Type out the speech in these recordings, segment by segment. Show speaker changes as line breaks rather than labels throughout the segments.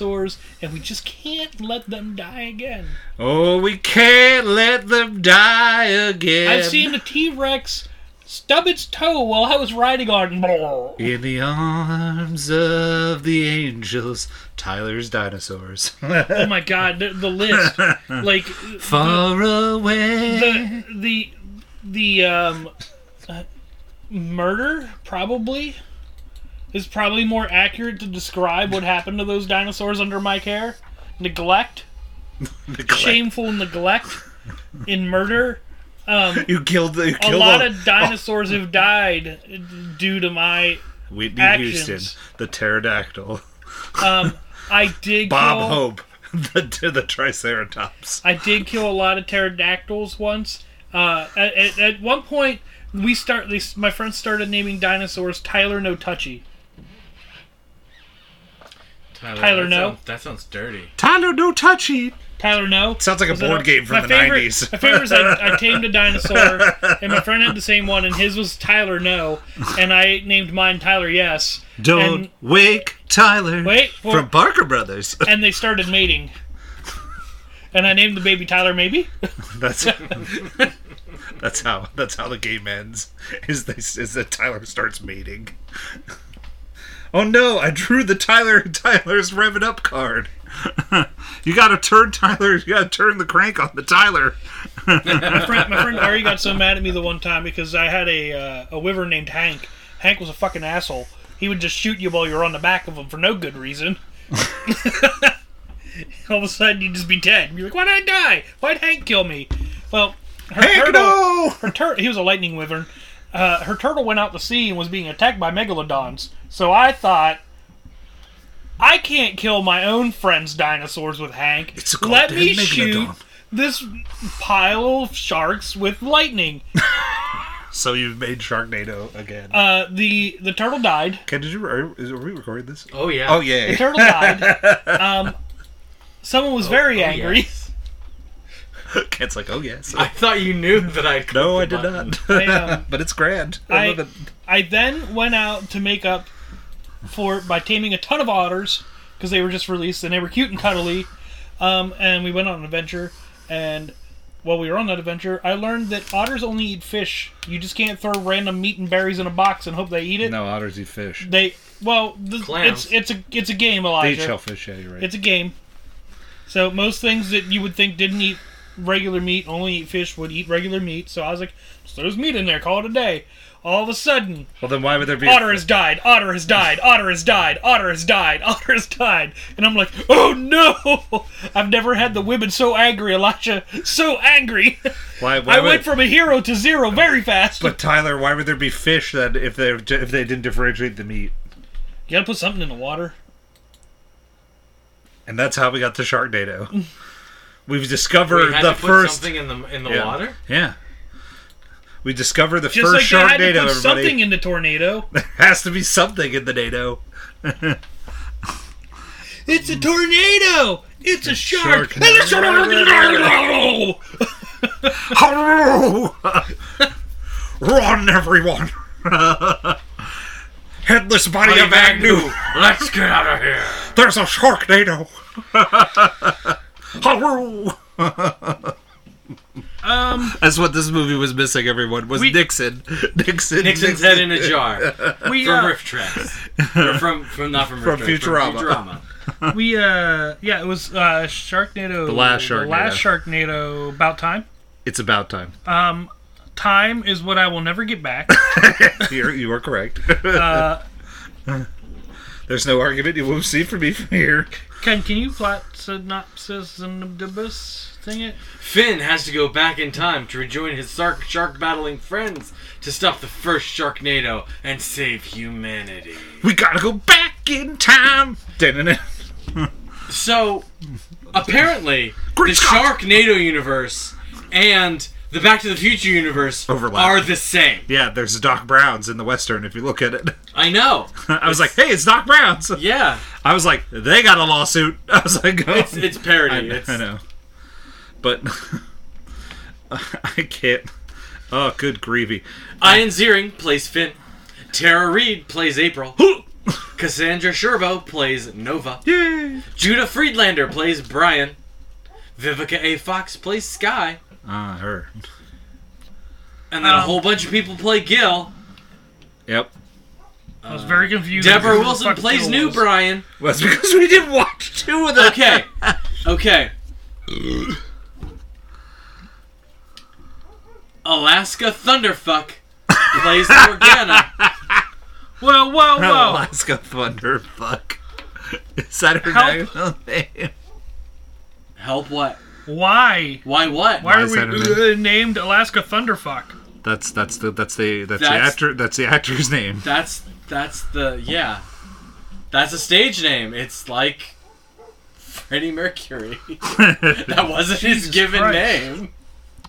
dinosaurs, and we just can't let them die again.
Oh, we can't let them die again.
I've seen a T Rex stub its toe while I was riding on.
In the arms of the angels, Tyler's dinosaurs.
Oh my god, the, the list, like
Far away.
the the the um, uh, murder probably is probably more accurate to describe what happened to those dinosaurs under my care. Neglect,
Neglect.
shameful neglect in murder. Um,
You killed the. You
a
killed
lot
all-
of dinosaurs have died due to my.
Whitney
actions. Oh.
Houston, the pterodactyl.
Um, I did
Bob
kill,
Hope, the the triceratops.
I did kill a lot of pterodactyls once. Uh, at, at, at one point, we start. They, my friends started naming dinosaurs Tyler No Touchy.
Tyler,
Tyler,
that
no.
sounds- Oh, that sounds dirty.
Tyler, no touchy.
Tyler No.
Sounds like a
Was that
board game from
my
the
favorite-
90s.
My favorite is I, I tamed a dinosaur, and my friend had the same one, and his was Tyler No, and I named mine Tyler Yes.
Don't
And-
wake Tyler.
Wait for-
from Barker Brothers.
And they started mating. And I named the baby Tyler Maybe.
That's that's how that's how the game ends. Is this is that Tyler starts mating. Oh no! I drew the Tyler Tyler's rev it up card. you got to turn Tyler. You got to turn the crank on the Tyler.
friend, my friend Ari got so mad at me the one time because I had a uh, a wyvern named Hank. Hank was a fucking asshole. He would just shoot you while you were on the back of him for no good reason. All of a sudden, you'd just be dead. You're like, why'd I die? Why'd Hank kill me? Well, her
Hank,
turtle,
no!
her tur- he was a lightning wyvern. Uh, her turtle went out to sea and was being attacked by megalodons. So I thought, I can't kill my own friend's dinosaurs with Hank.
It's a
Let
goddamn
me
megalodon.
shoot this pile of sharks with lightning.
So you've made Sharknado again.
Uh, the the turtle died.
Can did you are, is, are we recording this?
Oh yeah.
Oh
The
yeah.
turtle died. Um, someone was very
oh,
angry.
yes.
Kent's like, oh yes.
I thought you knew that I. clicked
no,
the
I did
button.
not.
I, um,
but it's grand.
I-
I, love it.
I then went out to make up for by taming a ton of otters because they were just released and they were cute and cuddly. Um, and we went on an adventure, and while we were on that adventure, I learned that otters only eat fish. You just can't throw random meat and berries in a box and hope they eat it.
No, otters eat fish.
They well, th-
Clams.
it's it's a it's a game,
They
Elijah.
eat shellfish. Yeah, you're right.
It's a game. So most things that you would think didn't eat regular meat, only eat fish, would eat regular meat. So I was like, just there's meat in there, call it a day. All of a sudden,
well, then why would there be?
otter has died, otter has died, otter has died, otter has died, otter has died. And I'm like, oh no! I've never had the women so angry, Elisha, so angry.
why, why
I
would,
went from a hero to zero very fast.
But Tyler, why would there be fish then if they if they didn't differentiate the meat?
you gotta put something in the water.
And that's how we got to Sharknado. We've
We
discovered
had
the
to put
first.
something in the in the
Yeah.
water.
Yeah. We discovered the
Just
first
like they had to put
Sharknado. everybody
something in the tornado.
has to be something in the NATO.
It's a tornado! It's a shark!
Shark.
It's a tornado!
Hello! Run, everyone! Headless body of Agnew!
Let's get out of here.
There's a Sharknado! Hello!
Um,
That's what this movie was missing, everyone, was Nixon. Nixon.
Nixon's head in a jar
we,
from
uh,
Riff Tracks. Or from from not from Riff
From
Tracks,
Futurama.
Futurama.
we, uh, yeah, it was, uh, Sharknado. The
last
The last Sharknado, About Time.
It's about time.
Um, time is what I will never get back.
You're, you are correct. Uh, There's no argument you won't see from me from here.
Ken, can you plot synopsis and the bus thing it?
Finn has to go back in time to rejoin his shark shark battling friends to stop the first Sharknado and save humanity.
We gotta go back in time! Dun-dun-dun.
So, apparently, the
Scott.
Sharknado universe and the Back to the Future universe
Overlap.
are the same.
Yeah, there's Doc Brown's in the Western if you look at it.
I know.
I was like, hey, it's Doc Brown's!
Yeah,
I was like, they got a lawsuit. I was like, oh.
it's it's parody.
I, know,
it's,
I know. But I can't. Oh, good grievy.
Ian Ziering plays Finn. Tara Reid plays April. Cassandra Sherbo plays Nova.
Yay!
Judah Friedlander plays Brian. Vivica A. Fox plays Sky.
Ah, her.
And then a
Um,
whole bunch of people play Gil.
Yep.
I
Uh,
was very confused.
Deborah
Who the
Wilson
fuck
plays
Gil
New
was.
Brian.
Well, that's because we didn't watch two of them.
Okay. Okay. Alaska Thunderfuck plays Morgana.
Whoa, whoa, whoa!
Alaska Thunderfuck. Is that her
Help.
national name?
Help what?
Why?
Why what?
Why are
is
we
that her
uh, named Alaska Thunderfuck?
That's that's the that's the that's, the
That's-
actor that's the actor's name.
That's that's the yeah. That's a stage name. It's like Freddie Mercury. that wasn't his given
Christ.
name.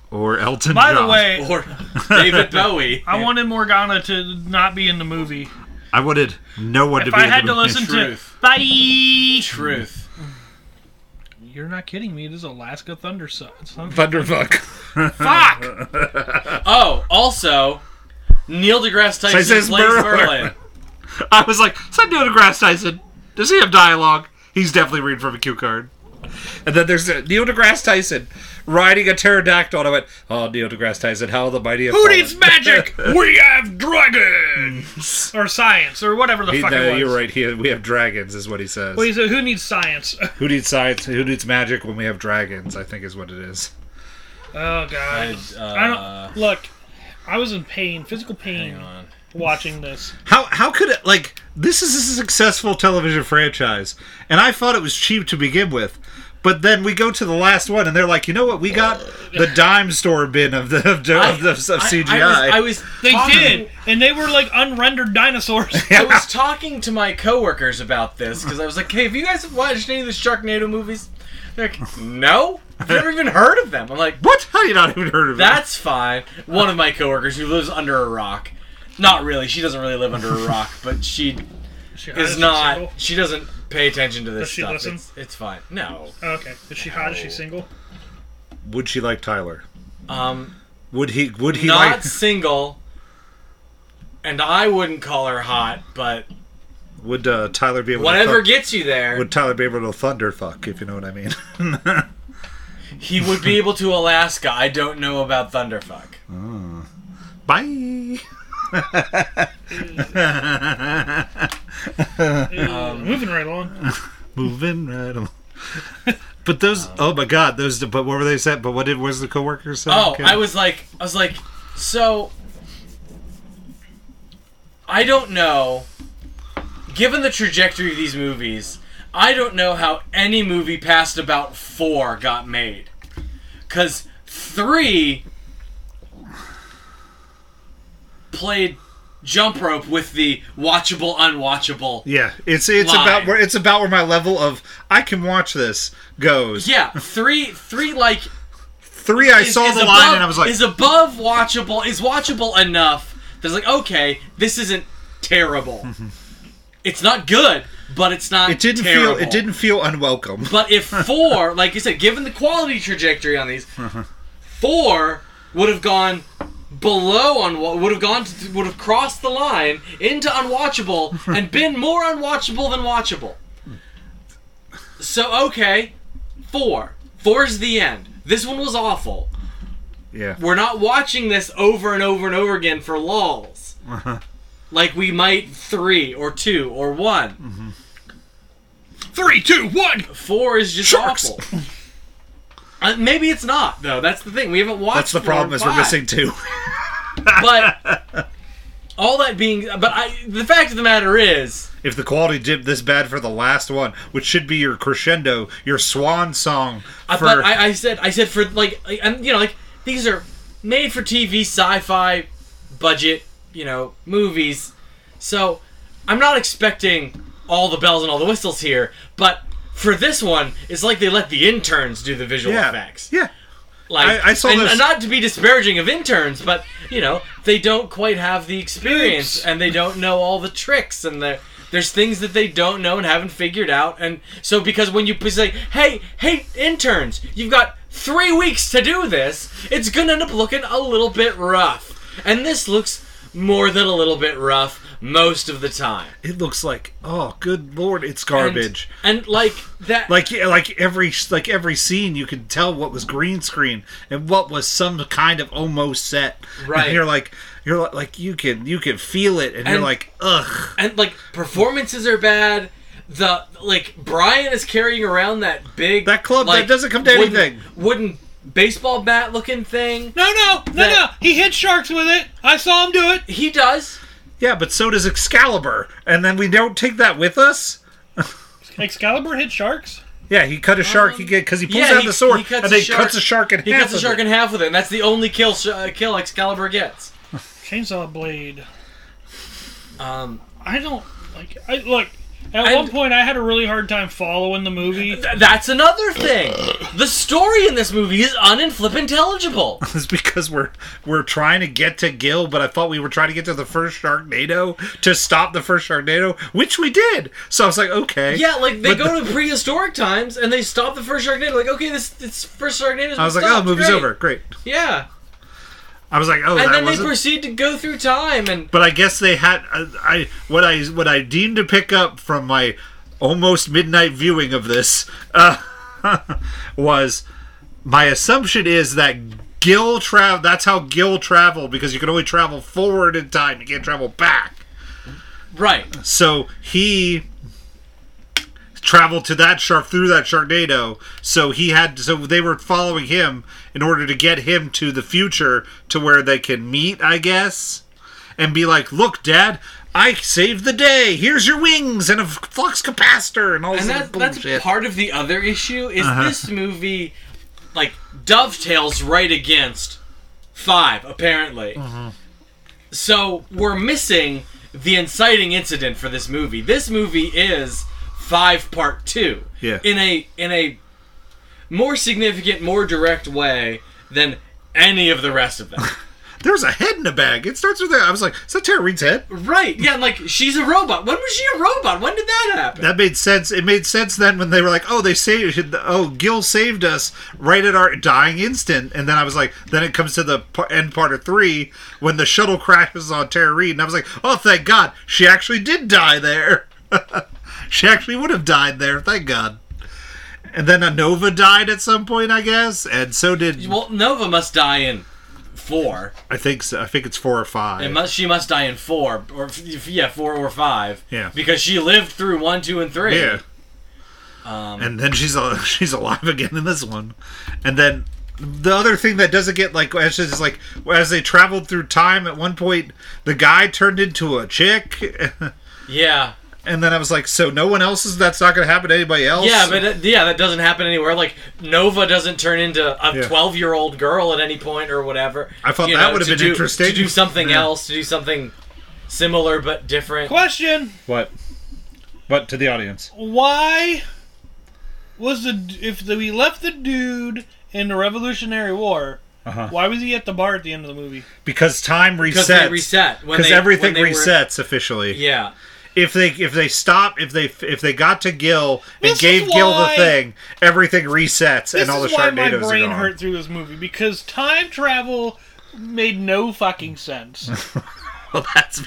or Elton
By
John.
the way,
Or David Bowie.
I wanted Morgana to not be in the movie.
I wanted no one to
If
be
I
in
had
the
to
movie.
listen to
Truth.
Bye.
Truth.
You're not kidding me. It is Alaska Thundersuck.
Thunderfuck.
Fuck!
Oh, also, Neil deGrasse Tyson
Tyson's
plays
Merlin.
Merlin.
I was like, is that Neil deGrasse Tyson? Does he have dialogue? He's definitely reading from a cue card. And then there's uh, Neil deGrasse Tyson riding a pterodactyl. And I went, oh, Neil deGrasse Tyson, how the mighty have
Who
fallen."
needs magic?
we have dragons.
or science, or whatever the
He-
fuck
no,
it was.
you're right. He, we have dragons, is what he says.
Well, he said, who needs science? oh,
Who needs science? Who needs magic when we have dragons? I think is what it is.
Oh, God. I,
Uh,
don't... Look, I was in pain, physical pain,
hang on.
watching this.
How how could it like this is a successful television franchise, and I thought it was cheap to begin with, but then we go to the last one and they're like, you know what, we got the dime store bin of the of, the, of, the, of CGI.
I, I was, I was
They
talking-
did, and they were like unrendered dinosaurs.
I was talking to my coworkers about this because I was like, "Hey, have you guys watched any of the Sharknado movies?" They're like, "No, I've never even heard of them." I'm like,
what? How you not even heard of
That's fine. One of my coworkers who lives under a rock. Not really. She doesn't really live under a rock, but she
She hot as
is
she's
not.
single?
She doesn't pay attention to this
Does she
stuff.
listen?
It's, it's fine. No.
Oh, okay. Is she hot? Is she single?
it? Would she like Tyler?
Um,
Would he? Would he
not
like?
single. And I wouldn't call her hot, but
Would uh, Tyler be able?
whatever
To thu-
gets you there,
would Tyler be able to thunderfuck? If you know what I mean.
he would be able to Alaska. I don't know about Thunderfuck.
Bye.
Uh, Moving right along.
Moving right along. But those, oh my God, those. But what were they said? But what did was the coworker saying?
Oh,
Ken?
I was like, I was like, so I don't know. Given the trajectory of these movies, I don't know how any movie past about four got made. Cause three played jump rope with the watchable, unwatchable.
Yeah, it's it's
Line.
about where it's about where my level of I can watch this goes.
Yeah, three, three like
Three, I saw the line
above-
and I was like,
is above watchable, is watchable enough. That's like, okay, this isn't terrible. it's not good, but it's not.
it didn't
terrible.
feel it didn't feel unwelcome.
But if four, like you said, given the quality trajectory on these, four would have gone below on would have gone to, would have crossed the line into unwatchable and been more unwatchable than watchable. So okay, four. Four's the end. This one was awful.
Yeah,
We're not watching this over and over and over again for lulls.
Uh-huh.
Like we might three or two or one.
Three, two, one.
Four is just
Mm. Sharks.
awful. Uh, maybe it's not though. That's the thing. We haven't watched.
that's the
four
problem
and
is we're
five.
missing two.
But all that being, but I, the fact of the matter is,
If the quality dipped this bad for the last one, which should be your crescendo, your swan song
I
for
but I, I said, I said for like, like, and you know, like these are made for TV sci-fi budget, you know, movies. So I'm not expecting all the bells and all the whistles here, but for this one, it's like they let the interns do the visual
yeah,
effects.
yeah.
Like
I- I saw
and,
this-
and not to be disparaging of interns, but you know they don't quite have the experience
Oops.
and they don't know all the tricks and the, there's things that they don't know and haven't figured out. And so because when you p- say, "Hey, hey, interns, you've got three weeks to do this," it's gonna end up looking a little bit rough. And this looks more than a little bit rough. most of the time.
It looks like oh, good lord, it's garbage.
And, and like that,
like yeah, like every like every scene, you could tell what was green screen and what was some kind of almost set.
Right.
And you're like you're like, like you can you can feel it, and, you're
And-
like ugh.
and like performances are bad. The like Brian is carrying around that big
That club that
like,
doesn't come to
wooden-
anything.
wooden baseball bat looking thing.
No, no, no, no.
That-
He hit sharks with it. I saw him do it.
He does.
Yeah, but so does Excalibur, and then we don't take that with us.
Excalibur hit sharks.
Yeah, he cut a shark. he get because he pulls
Um, yeah,
out
he-
the sword
he
and
cuts a
then
shark-
cuts a shark in
He
half.
cuts a
of
shark
it.
in half with it. And that's the only kill sh- uh, kill Excalibur gets.
Chainsaw blade.
Um,
I don't like. I look. At
And-
one point, I had a really hard time following the movie.
th- that's another thing. The story in this movie is unflip intelligible.
It's because we're we're trying to get to Gil, but I thought we were trying to get to the first Sharknado to stop the first Sharknado, which we did. So I was like, okay,
Yeah, like they
But
go to prehistoric times and they stop the first Sharknado. Like, okay, this this first Sharknado.
I was like, oh, movie's over, great.
Yeah,
I was like, oh,
and
that
then they
wasn't.
proceed to go through time and
but I guess they had I, I what I what I deemed to pick up from my almost midnight viewing of this uh, was my assumption is that Gil travel. That's how Gil traveled because you can only travel forward in time. You can't travel back.
right.
So he traveled to that shark through that Sharknado. So he had so they were following him in order to get him to the future to where they can meet, I guess, and be like, "Look, Dad, I saved the day. Here's your wings and a flux capacitor and all this
And
other
that, that's
bullshit."
part of the other issue is this movie, like dovetails right against five apparently. So we're missing the inciting incident for this movie. This movie is five part two.
Yeah.
In a in a more significant, more direct way than any of the rest of them.
There's a head in a bag. It starts with that. I was like, "Is that Tara Reed's head?"
right? Yeah. and, Like she's a robot. When was she a robot? When did that happen?
That made sense. It made sense then when they were like, "Oh, they saved. Oh, Gil saved us right at our dying instant." And then I was like, then it comes to the par- end part of three when the shuttle crashes on Tara Reed, and I was like, "Oh, thank God, she actually did die there. she actually would have died there. Thank God." And then Anova died at some point, I guess, and so did
well, Nova must die in four.
I think. So, I think it's four or five.
It must, she must die in four, or f- yeah, four or five.
Yeah.
Because she lived through one, two, and three.
Yeah.
Um,
and then she's al- she's alive again in this one, and then the other thing that doesn't get like as is like as they traveled through time at one point the guy turned into a chick,
Yeah.
and then I was like, so no one else is that's not gonna happen to anybody else.
Yeah, but uh, yeah, that doesn't happen anywhere. Like Nova doesn't turn into a
Yeah.
twelve-year-old girl at any point or whatever.
I thought
You
that
know,
would've
to
been
do-
interesting.
To do something
Yeah.
else, to do something similar but different.
Question:
what? But to the audience,
Why was the if the, we left the dude in the Revolutionary War?
Uh-huh.
Why was he at the bar at the end of the movie?
because time
Because
resets,
they reset when
because
they-
everything
when they were-
resets officially.
yeah.
If they if they stop if they if they got to Gil and
This
gave
is
Gil the
why-
thing, everything resets
This
and all
is
the
why
Sharknadoes
my
are
brain
gone.
hurt through this movie because time travel made no fucking sense.
Well, that's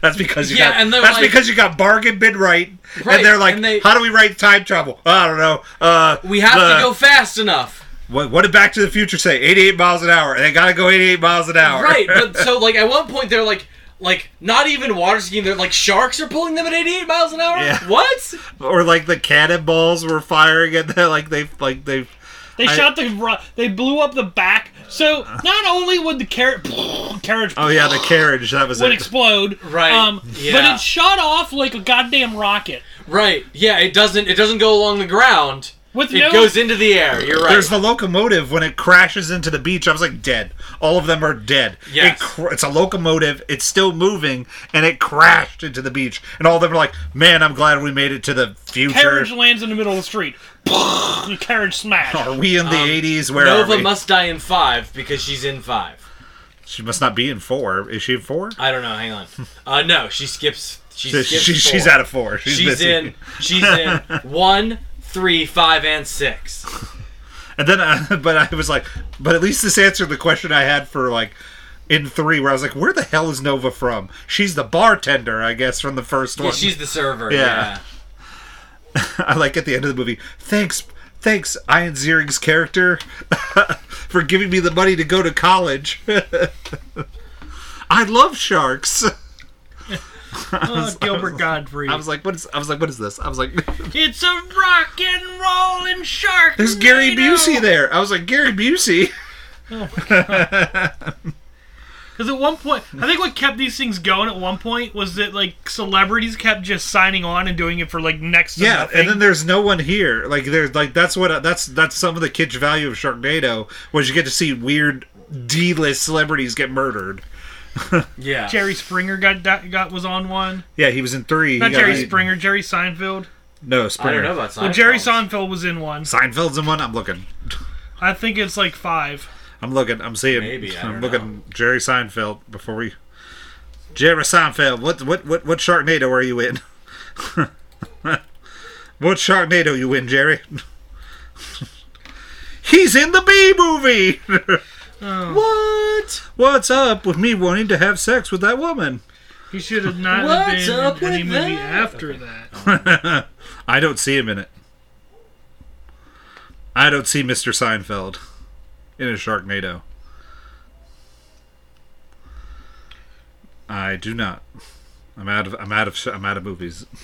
that's because you
Yeah,
got
and they're
that's
like-
because you got bargain bid right,
Right,
and they're like,
and they-
how do we write time travel? Oh, I don't know. Uh,
We have
the-
to go fast enough.
What, what did Back to the Future say? Eighty-eight miles an hour. They gotta go eighty-eight miles an hour.
Right, but so like at one point they're like like not even water skiing, they're like sharks are pulling them at eighty eight miles an hour?
Yeah.
What?
or like the cannonballs were firing, and they're like they like they.
They
I-
shot the ru- they blew up the back. So not only would the carrot carriage
Oh yeah, the carriage. That was
would
it.
explode,
Right,
Um, But
yeah.
it shot off like a goddamn rocket.
Right. Yeah, it doesn't it doesn't go along the ground.
With
it
no-
goes into the air. You're right.
There's the locomotive when it crashes into the beach. I was like, dead. All of them are dead.
Yes.
It cr- it's a locomotive. It's still moving, and it crashed into the beach. And all of them are like, man, I'm glad we made it to the future.
Carriage lands in the middle of the street. the carriage smash.
Are we in the 80s? Where are
Um, Nova
we?
must die in five because she's in five.
she must not be in four. Is she in four?
I don't know, hang on. Uh no, she skips she
She-
skips
she-
four.
She's out of four. She's,
She's
missing.
in she's in one, three, five, and six.
And then, uh, but I was like, but at least this answered the question I had for like in three where I was like, where the hell is Nova from? She's the bartender, I guess, from the first
Yeah,
one.
she's the server.
Yeah.
Yeah.
I like at the end of the movie, thanks, thanks, Ian Ziering's character, for giving me the money to go to college. I love sharks.
Oh, Gilbert Godfrey.
I was like, what is? I was like, what is this? I was like,
it's a rock and rolling shark.
there's Gary Busey there. I was like, Gary Busey.
Because at one point, I think what kept these things going at one point was that like celebrities kept just signing on and doing it for like next. To
Yeah,
nothing.
and then there's no one here. Like there's like that's what that's that's some of the kitsch value of Sharknado was you get to see weird D-list celebrities get murdered.
Yeah.
Jerry Springer got got was on one.
Yeah, he was in three.
Not
He got
Jerry
beat-
Springer, Jerry Seinfeld.
No,
I
Springer.
don't know about Seinfeld.
Well, Jerry Seinfeld was in one.
Seinfeld's in one. I'm looking.
I think it's like five.
I'm looking. I'm seeing.
Maybe, I
I'm
don't
looking. Jerry Seinfeld before we. Jerry Seinfeld. What what what what Sharknado are you in? what Sharknado you in, Jerry? He's in the B movie.
What?
What's up with me wanting to have sex with that woman?
He should have not
What's
been
up
in any
with
movie
that?
after that.
I don't see him in it. I don't see Mr. Seinfeld in a Sharknado. I do not. I'm out of. I'm out of. I'm out of movies.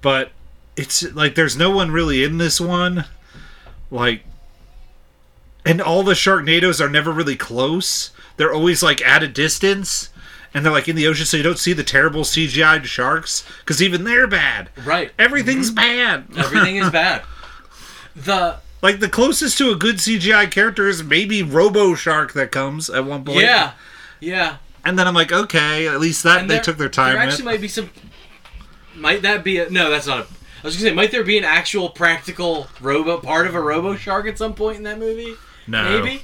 but it's like there's no one really in this one, like, and all the Sharknados are never really close. They're always like at a distance, and they're like in the ocean, so you don't see the terrible CGI sharks because even they're bad.
Right.
Everything's bad.
Everything is bad. The
Like the closest to a good CGI character is maybe Robo Shark that comes at one point.
yeah, yeah.
And then I'm like, okay, at least that
And
they
there-
took their time.
There
with.
actually might be some. Might that be a no? That's not a. I was gonna say, might there be an actual practical robo part of a Robo Shark at some point in that movie?
no,
Maybe.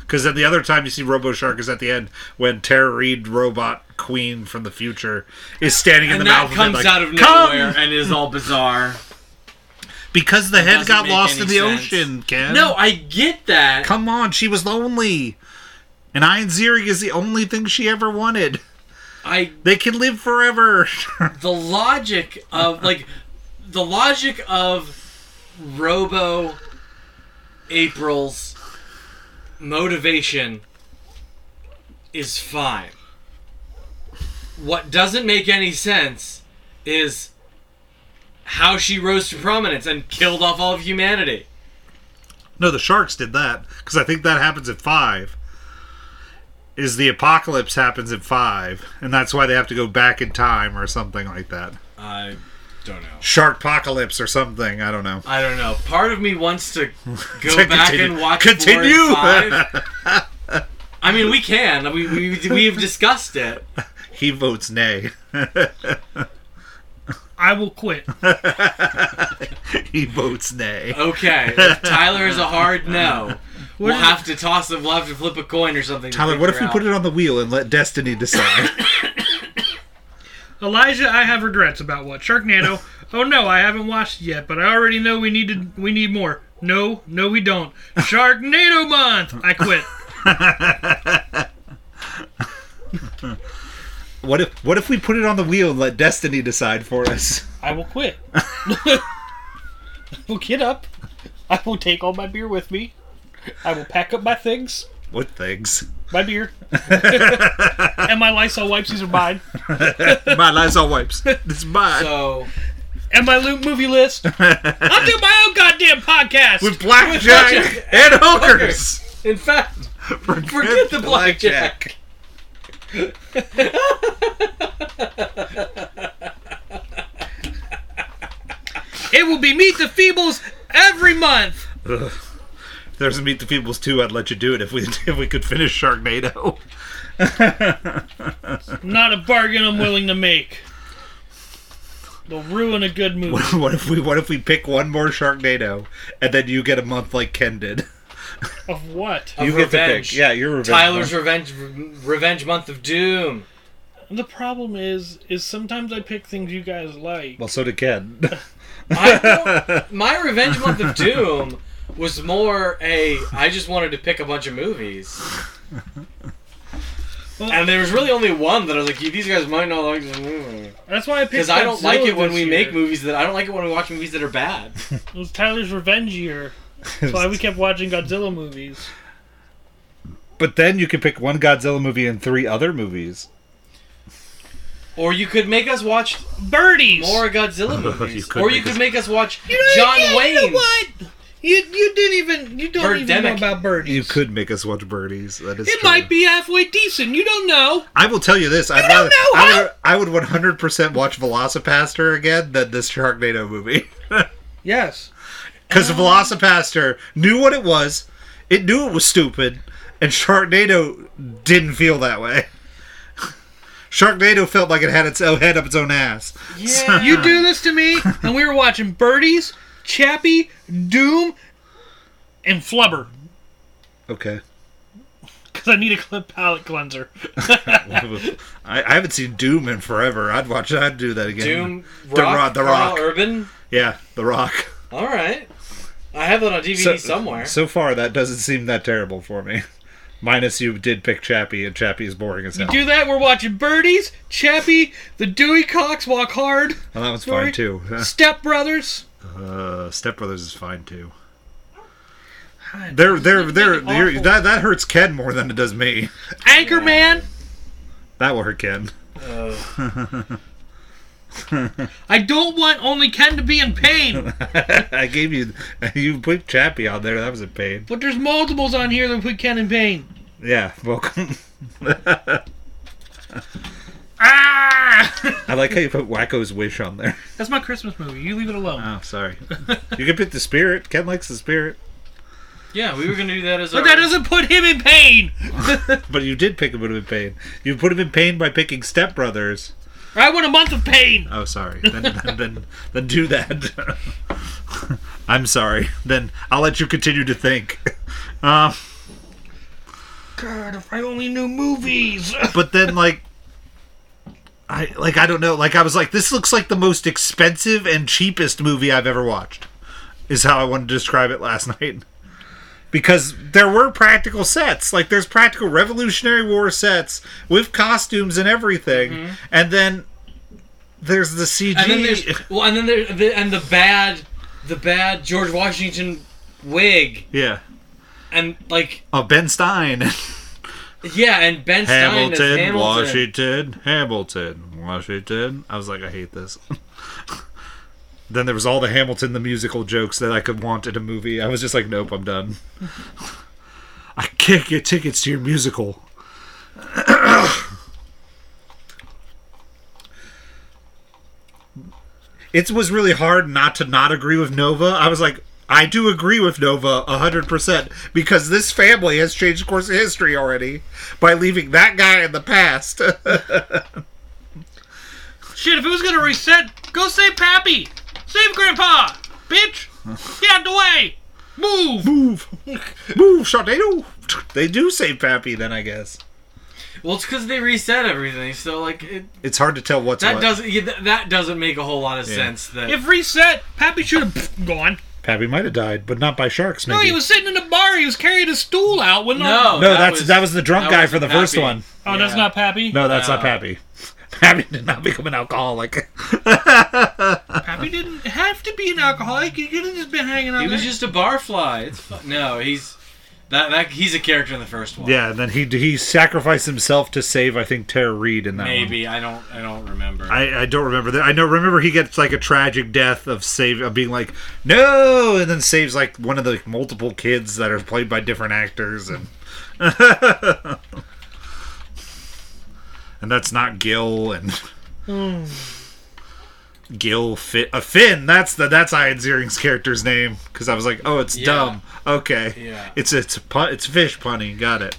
Because then the other time you see Robo Shark is at the end when Tara Reid, robot queen from the future, is standing in
And
the
that
mouth
comes
of it, like,
out of
"Come!"
nowhere and is all bizarre.
because the head
doesn't
got
make
lost
any
in the
sense.
ocean. Ken,
No, I get that.
Come on, she was lonely. And Ian Ziering is the only thing she ever wanted.
I
They can live forever.
the logic of like the logic of Robo April's motivation is fine. What doesn't make any sense is how she rose to prominence and killed off all of humanity.
no, the sharks did that because I think that happens at five. Is the apocalypse happens at five, and that's why they have to go back in time or something like that.
I don't know.
Shark apocalypse or something. I don't know.
I don't know. Part of me wants to go
To
back
continue-
and watch
continue.
Four and five. I mean, we can. We we we've discussed it.
He votes nay.
I will quit.
he votes nay.
Okay, if Tyler is a hard no. we'll
is-
have to toss him. We'll have to flip a coin or something. to
Tyler, what if
figure
we put
out.
it on the wheel and let destiny decide?
Elijah, I have regrets about what Sharknado. oh no, I haven't watched it yet, but I already know we need to, we need more. No, no, we don't. Sharknado month. I quit.
what if What if we put it on the wheel and let destiny decide for us?
I will quit. I will get up. I will take all my beer with me. I will pack up my things,
What things?
my beer, and my Lysol wipes. These are mine.
my Lysol wipes. It's mine.
So
And my loot movie list. I'll do my own goddamn podcast.
with blackjack and hookers.
in fact,
Forget,
Forget the blackjack.
It will be Meet the Feebles every month.
blackjack. Ugh. There's a Meet the Peoples too. I'd let you do it if we if we could finish Sharknado.
Not a bargain I'm willing to make. They'll ruin a good movie.
what if we What if we pick one more Sharknado and then you get a month like Ken did?
Of what?
you
revenge.
Yeah, you're revenge.
Tyler's revenge, revenge month of doom.
The problem is, is sometimes I pick things you guys like.
Well, so did Ken.
I don't- my Revenge Month of Doom was more a I just wanted to pick a bunch of movies. And there was really only one that I was like, these guys might not like this movie.
That's why I picked.
Because I don't like
Godzilla
it when
this
we
year.
make movies that I don't like it when we watch movies that are bad.
It was Tyler's revenge year. That's why we kept watching Godzilla movies.
but then you could pick one Godzilla movie and three other movies.
Or you could make us watch
Birdies.
more Godzilla movies.
could
or you
make
could
us-
make us watch
You know-
John
you know
Wayne.
what? You you didn't even you don't even know
Birdemic.
about birdies.
You could make us watch Birdies. That is.
It
true.
might be halfway decent. You don't know.
I will tell you this. I'd
don't
rather.
know how-
I would. I would 100% watch Velocipaster again than this Sharknado movie.
Yes.
Because Velocipaster knew what it was, it knew it was stupid, and Sharknado didn't feel that way. Sharknado felt like it had its own head up its own ass.
Yeah.
You do this to me, and we were watching Birdies, Chappie, Doom, and Flubber
Okay.
because I need a clip palette cleanser.
I, I haven't seen Doom in forever. I'd watch. I'd do that again.
Doom,
The
Rock,
Rock- The
Carl
Rock.
Urban.
Yeah, The Rock.
All right. I have that on DVD
So-
somewhere.
So far, that doesn't seem that terrible for me. Minus you did pick Chappie, and Chappie is boring as hell.
Do that. We're watching Birdies, Chappie, The Dewey Cox Walk Hard,
Well, that was
Sorry.
fine too.
Step Brothers.
Uh, Step Brothers is fine too. They're they're they're, they're
awful.
that that hurts Ken more than it does me.
Anchorman.
That will hurt Ken.
I don't want only Ken to be in pain,
I gave you you put Chappie on there. That was a pain.
but there's multiples on here that put Ken in pain.
Yeah, welcome.
Ah!
I like how you put Wacko's Wish on there.
That's my Christmas movie. You leave it alone.
Oh, sorry. you can pick the Spirit. Ken likes the Spirit,
yeah, we were going to do that as
but
our...
that doesn't put him in pain.
but you did pick him in pain. You put him in pain by picking Step Brothers.
I want a month of pain.
Oh, sorry. Then then then, then do that. I'm sorry. Then I'll let you continue to think. Um.
God, if I only knew movies.
but then like I like I don't know. Like I was like, this looks like the most expensive and cheapest movie I've ever watched. Is how I wanted to describe it last night. Because there were practical sets. Like there's practical Revolutionary War sets with costumes and everything. And then there's the CG.
Mm-hmm. And then there's well, and then there the, and the bad, the bad George Washington wig,
yeah.
and like
Oh, Ben Stein.
yeah, and Ben Stein as
Hamilton,
Hamilton.
Washington, Hamilton, Washington. I was like, I hate this. then there was all the Hamilton the musical jokes that I could want in a movie. I was just like, nope, I'm done. I can't get tickets to your musical. it was really hard not to not agree with Nova. I was like, I do agree with Nova 100% because this family has changed course of history already by leaving that guy in the past.
Shit, if it was gonna reset, go save Pappy. Save Grandpa, bitch. Get out the way. Move.
Move! Move, Sharknado! They do save Pappy then, I guess.
Well, it's because they reset everything, so like it,
It's hard to tell what's
that
what.
doesn't yeah, that, that doesn't make a whole lot of sense. That
If reset, Pappy should have gone.
Pappy might have died, but not by sharks,
No,
maybe.
he was sitting in a bar. He was carrying a stool out. When um,
no,
No, that's that was the drunk
that
guy
was
for the
Pappy.
first one.
Oh, that's
Yeah.
not Pappy.
No, that's not
No.
Pappy. Pappy did not become an alcoholic.
Pappy didn't have to be an alcoholic. He could have just been hanging out.
He was
there.
just a barfly. It's fu- no, he's that that he's a character in the first one.
yeah, and then he he sacrificed himself to save, I think, Tara Reed in that one.
maybe I don't I don't remember.
I, I don't remember that. I know. Remember, he gets like a tragic death of save of being like no, and then saves like one of the like, multiple kids that are played by different actors, and and that's not Gil and Gil Fit a Finn. That's the that's Ian Ziering's character's name because I was like, oh, it's
Yeah.
dumb. Okay,
Yeah.
it's it's pun, it's fish punning. Got it.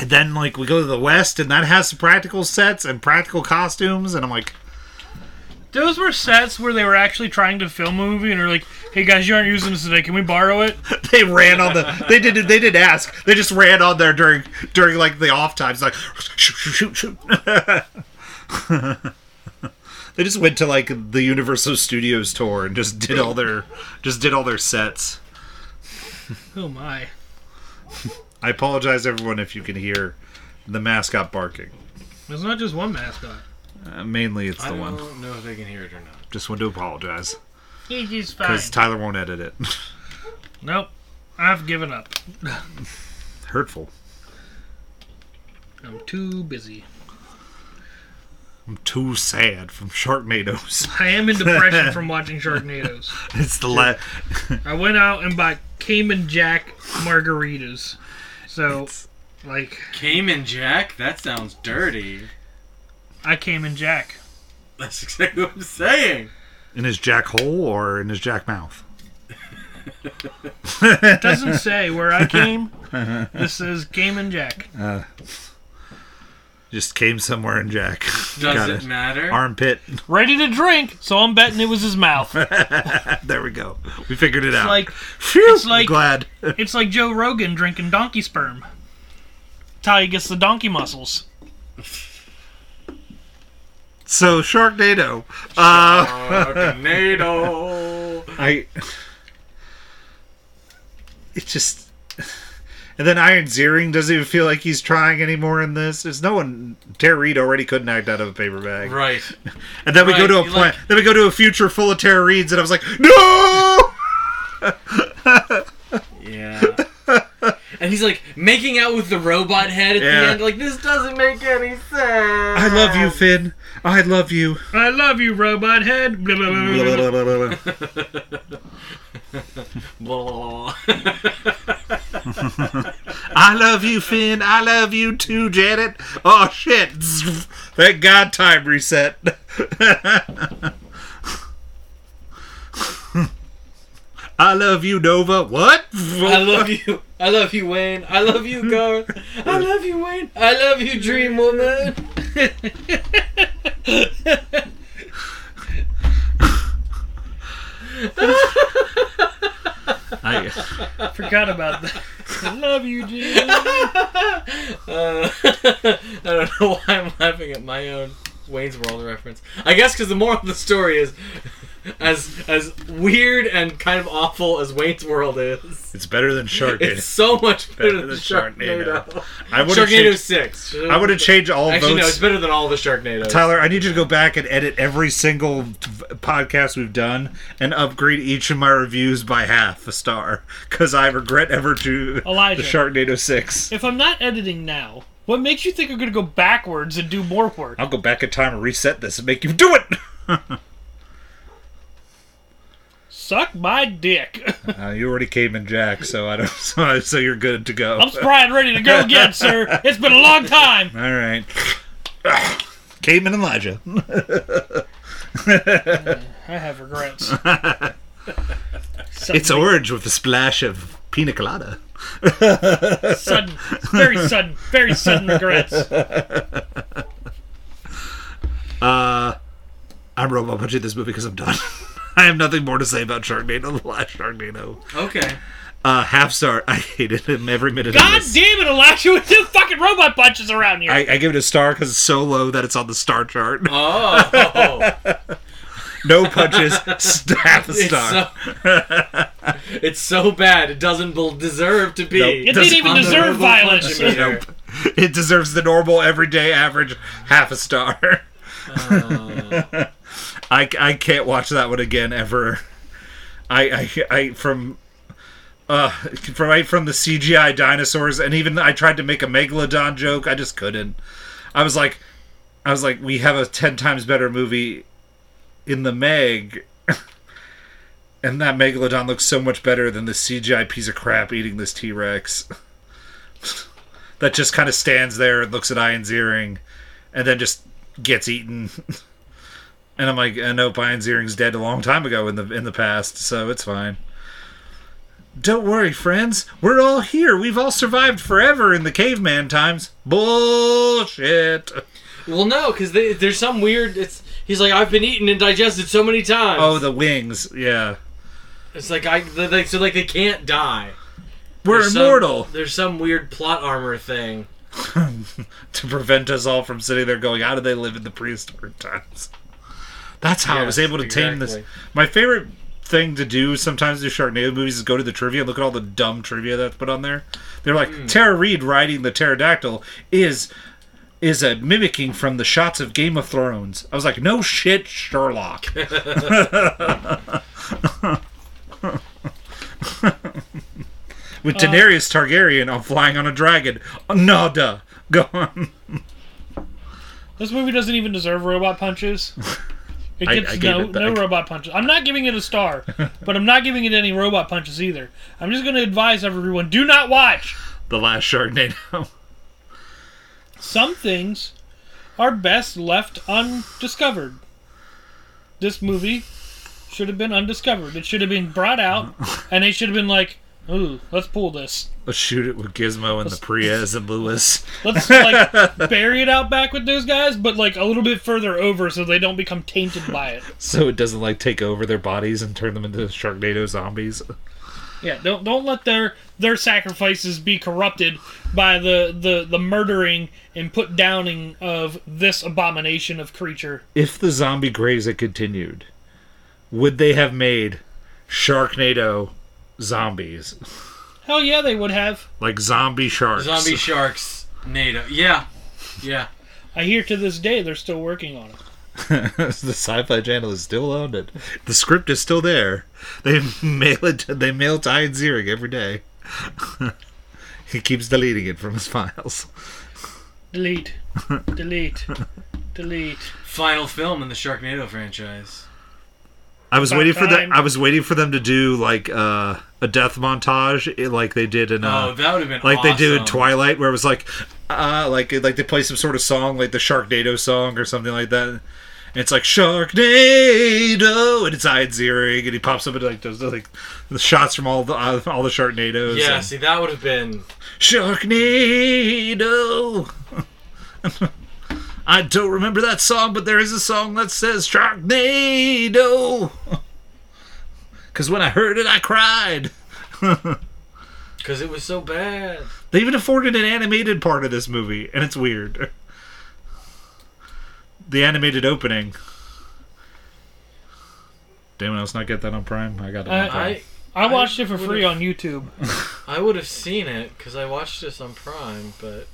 And then like we go to the West and that has some practical sets and practical costumes and I'm like
Those were sets where they were actually trying to film a movie and are like, "Hey guys, you aren't using this today. Can we borrow it?"
They ran on the. They did. They did ask. They just ran on there during during like the off times. Like shoot, shoot, shoot, shoot. they just went to like the Universal Studios tour and just did all their just did all their sets.
Oh my!
I apologize, everyone, if you can hear the mascot barking.
There's not just one mascot.
Uh, mainly, it's the
I
one.
don't know if they can hear it or not.
Just want to apologize
He's just
because
fine.
Tyler won't edit it.
nope, I've given up.
Hurtful.
I'm too busy.
I'm too sad from Sharknadoes.
I am in depression from watching Sharknadoes.
It's the last.
I went out and bought Cayman Jack margaritas. So, like,
Cayman Jack? That sounds dirty.
I Cayman Jack.
That's exactly what I'm saying.
In his jack hole or in his jack mouth?
Doesn't say where I came. This says Cayman Jack.
Just came somewhere in jack.
Does
Got
it matter?
Armpit.
Ready to drink, so I'm betting it was his mouth.
There we go. We figured it out.
like-
Phew,
it's
I'm
like-
glad.
It's like Joe Rogan drinking donkey sperm. That's how he gets the donkey muscles.
So Sharknado. Uh,
Oh, tornado.
I. It just. And then Iron Zeering doesn't even feel like he's trying anymore in this. There's no one. Tara Reid already couldn't act out of a paper bag.
Right.
And then we go
Right,
to a
you
plan. Then we go to a future full of Tara Reeds, and I was like, no.
Yeah. And he's like making out with the robot head at
Yeah.
the end. Like this doesn't make any sense.
I
I
love you, Finn. I love you.
I love you, robot head. Blah, blah, blah, blah,
Blah,
blah,
blah,
blah.
blah, blah,
Mm.
blah.
Blah, blah,
I love you, Finn. I love you too, Janet. Oh shit! Thank God, time reset. I love you, Nova. What?
I love you. I love you, Wayne. I love you, Garth. I love you, Wayne. I love you, Dream Woman.
I,
Forgot about that. I love you, Gene.
Uh, I don't know why I'm laughing at my own Wayne's World reference. I guess because the moral of the story is, as as weird and kind of awful as Wayne's World is,
it's better than Sharknado.
it's so much better,
Better
than,
than
Sharknado.
Sharknado. I would have
Sharknado
changed,
Six.
I would have changed all
Actually, no, it's
votes.
better than all the Sharknadoes.
Tyler, I need you to go back and edit every single t- podcast we've done and upgrade each of my reviews by half a star because I regret ever to
Elijah.
the Sharknado six.
If I'm not editing now, what makes you think I'm going to go backwards and do more work?
I'll go back in time and reset this and make you do it.
Suck my dick.
Uh, you already came in Jack, so I don't. So, so you're good to go.
I'm spry and ready to go again, sir. It's been a long time.
All right. Cayman and Elijah.
I have regrets.
It's orange with a splash of pina colada.
sudden, very sudden, very sudden regrets.
I'm robot punching this movie because I'm done. I have nothing more to say about Sharknado. The last Sharknado.
Okay.
Uh, half star. I hated him every minute.
God
of this.
damn it, Elijah, with two fucking robot punches around here.
I, I give it a star because it's so low that it's on the star chart.
Oh,
No punches, st- half a
it's
star.
so, it's so bad. It doesn't bel- deserve to be.
Nope.
it
does-
didn't even
on the
deserve
verbal
violence.
punching meter.
Nope. It deserves the normal everyday average half a star. I, I can't watch that one again ever. I I, I from uh from right from the CGI dinosaurs and even I tried to make a megalodon joke. I just couldn't. I was like I was like we have a 10 times better movie in the Meg and that megalodon looks so much better than the CGI piece of crap eating this T-Rex that just kind of stands there and looks at Ian's earring and then just gets eaten. and I'm like, uh, nope, Ian's earring's dead a long time ago in the in the past, so it's fine. Don't worry, friends. We're all here. We've all survived forever in the caveman times. Bullshit.
Well, no, because there's some weird. It's he's like I've been eaten and digested so many times.
Oh, the wings. Yeah.
it's like I they, they- so like they can't die.
We're
There's some-
immortal.
there's some weird plot armor thing.
to prevent us all from sitting there going, how do they live in the prehistoric times? That's how I was
Yes,
able to tame this.
exactly.
My favorite thing to do sometimes in Sharknado movies is go to the trivia and look at all the dumb trivia that's put on there. They're like, Tara Reid riding the pterodactyl is is a mimicking from the shots of Game of Thrones. I was like, no shit, Sherlock. With Daenerys Targaryen on flying on a dragon. Nada. Go on.
This movie doesn't even deserve robot punches. It
I-
gets
I gave
no,
it the-
no
I-
robot punches. I'm not giving it a star, but I'm not giving it any robot punches either. I'm just going to advise everyone do not watch.
The last Sharknado.
Some things are best left undiscovered. This movie should have been undiscovered. It should have been brought out, and they should have been like, ooh, let's pull this.
Let's shoot it with Gizmo and the Prius and Lewis.
Let's like bury it out back with those guys, but like a little bit further over so they don't become tainted by it.
So it doesn't like take over their bodies and turn them into Sharknado zombies.
Yeah, don't don't let their their sacrifices be corrupted by the the the murdering and put downing of this abomination of creature.
If the zombie craze had continued, would they have made Sharknado zombies?
Hell yeah, they would have.
Like zombie sharks.
Zombie sharks, NATO. Yeah, yeah.
I hear to this day they're still working on it.
the Sci-Fi Channel is still on it. The script is still there. They mail it. To, they mail it to Ian Ziering every day. he keeps deleting it from his files.
Delete, delete, delete.
Final film in the Sharknado franchise.
I was
About
waiting for
time.
them. I was waiting for them to do like uh, a death montage, eh, like they did in uh,
oh, that would have been
like they do in
awesome.
Twilight, where it was like, uh, like like they play some sort of song, like the Sharknado song or something like that. And it's like Sharknado, and it's Ian Ziering, and he pops up and like does like the shots from all the uh, all the Sharknados.
Yeah,
and
see, that would have been.
Sharknado. I don't remember that song, but there is a song that says Sharknado. Because when I heard it, I cried.
Because it was so bad.
They even afforded an animated part of this movie, and it's weird. The animated opening. Did anyone else not get that on Prime? I got it on
Uh,
Prime.
I
I watched it for
would've-
free on YouTube.
I would have seen it because I watched this on Prime, but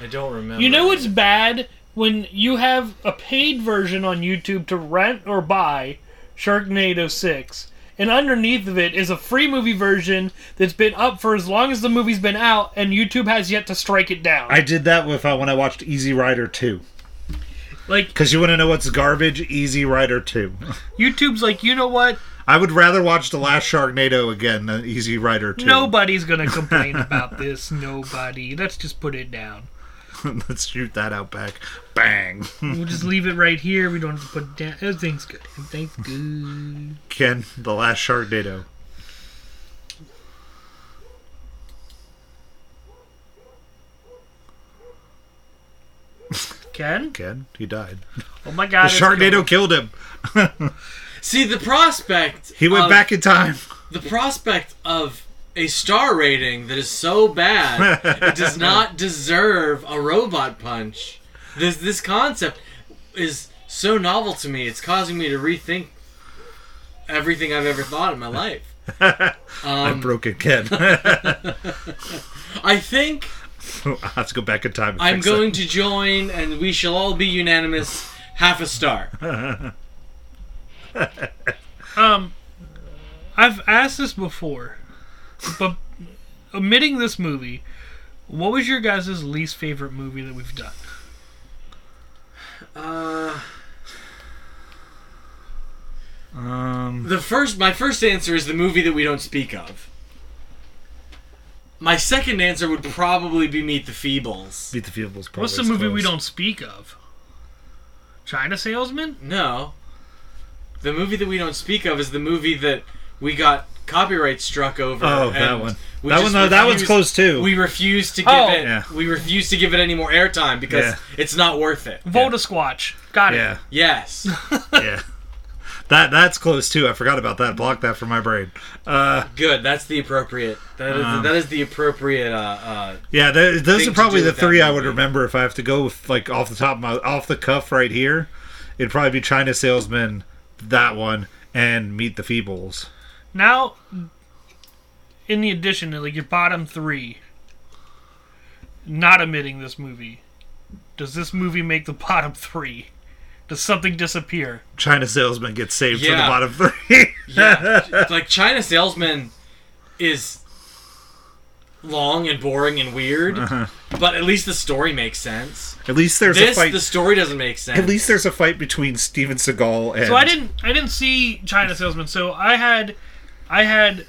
I don't remember.
You know
it.
what's bad when you have a paid version on YouTube to rent or buy Sharknado 6. And underneath of it is a free movie version that's been up for as long as the movie's been out, and YouTube has yet to strike it down.
I did that with uh, when I watched Easy Rider 2.
like
Because you want to know what's garbage? Easy Rider 2.
YouTube's like, you know what?
I would rather watch The Last Sharknado again than Easy Rider 2.
Nobody's gonna complain about this. Nobody. Let's just put it down.
Let's shoot that out back. Bang.
We'll just leave it right here. We don't have to put it down. Everything's good. Everything's good.
Ken, The Last Sharknado.
Ken?
Ken, he died.
Oh my god.
The
it's
Sharknado
going.
killed him.
See the prospect.
He went
of-
back in time.
The prospect of a star rating that is so bad it does not deserve a robot punch. This this concept is so novel to me. It's causing me to rethink everything I've ever thought in my life.
I'm broken, Ken. I
I think
have to go back in time. and
I'm
fix that.
going to join, and we shall all be unanimous. Half a star.
Um, I've asked this before, but omitting this movie, what was your guys' least favorite movie that we've done?
Uh,
Um,
the first, my first answer is the movie that we don't speak of. my second answer would probably be Meet the Feebles.
beat the Feebles. probably
What's the
is
movie we
close.
don't speak of? China Salesman?
No. The movie that we don't speak of is the movie that we got copyright struck over.
Oh, that
and
one.
we
That
just
one- no, that one's
refused-
close, too.
We refuse to give
Oh.
it.
Yeah.
We refuse to give it any more airtime because
Yeah.
it's not worth it.
Volta Squatch. Got it.
Yeah,
Yes.
yeah. That that's close too. I forgot about that. Block that from my brain. Uh,
Good. That's the appropriate. That is, that is the appropriate. Uh, uh,
yeah, th- those
Thing
are
to
probably
do
the
with that
three I would
movie.
remember if I have to go with, like off the top of my off the cuff right here. It'd probably be China Salesman, that one, and Meet the Feebles.
Now, in the addition to like your bottom three, not omitting this movie, does this movie make the bottom three? Does something disappear?
China Salesman gets saved for the
Yeah.
bottom three.
yeah. It's like China Salesman is long and boring and weird, but at least the story makes sense.
At least there's a
This
fight.
the story doesn't make sense.
At least there's a fight between Steven Seagal and
So I didn't I didn't see China Salesman. So I had I had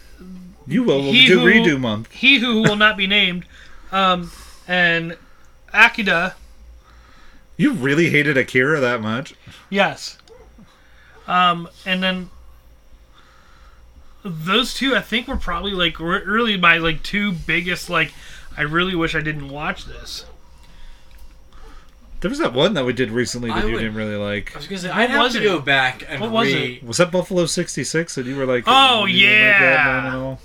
you will
He
do
Who-
redo month.
He Who Will Not Be Named, um, and Akira.
You really hated Akira that much?
Yes. Um, and then those two, I think, were probably like re- really my like two biggest like. I really wish I didn't watch this.
There was that one that we did recently that
I
you
would-
didn't really like.
I was gonna say I'd
was
have to
it?
go back and
What was
re-
Was that Buffalo '66 that you were like?
Oh,
you didn't like that
yeah.
one at all?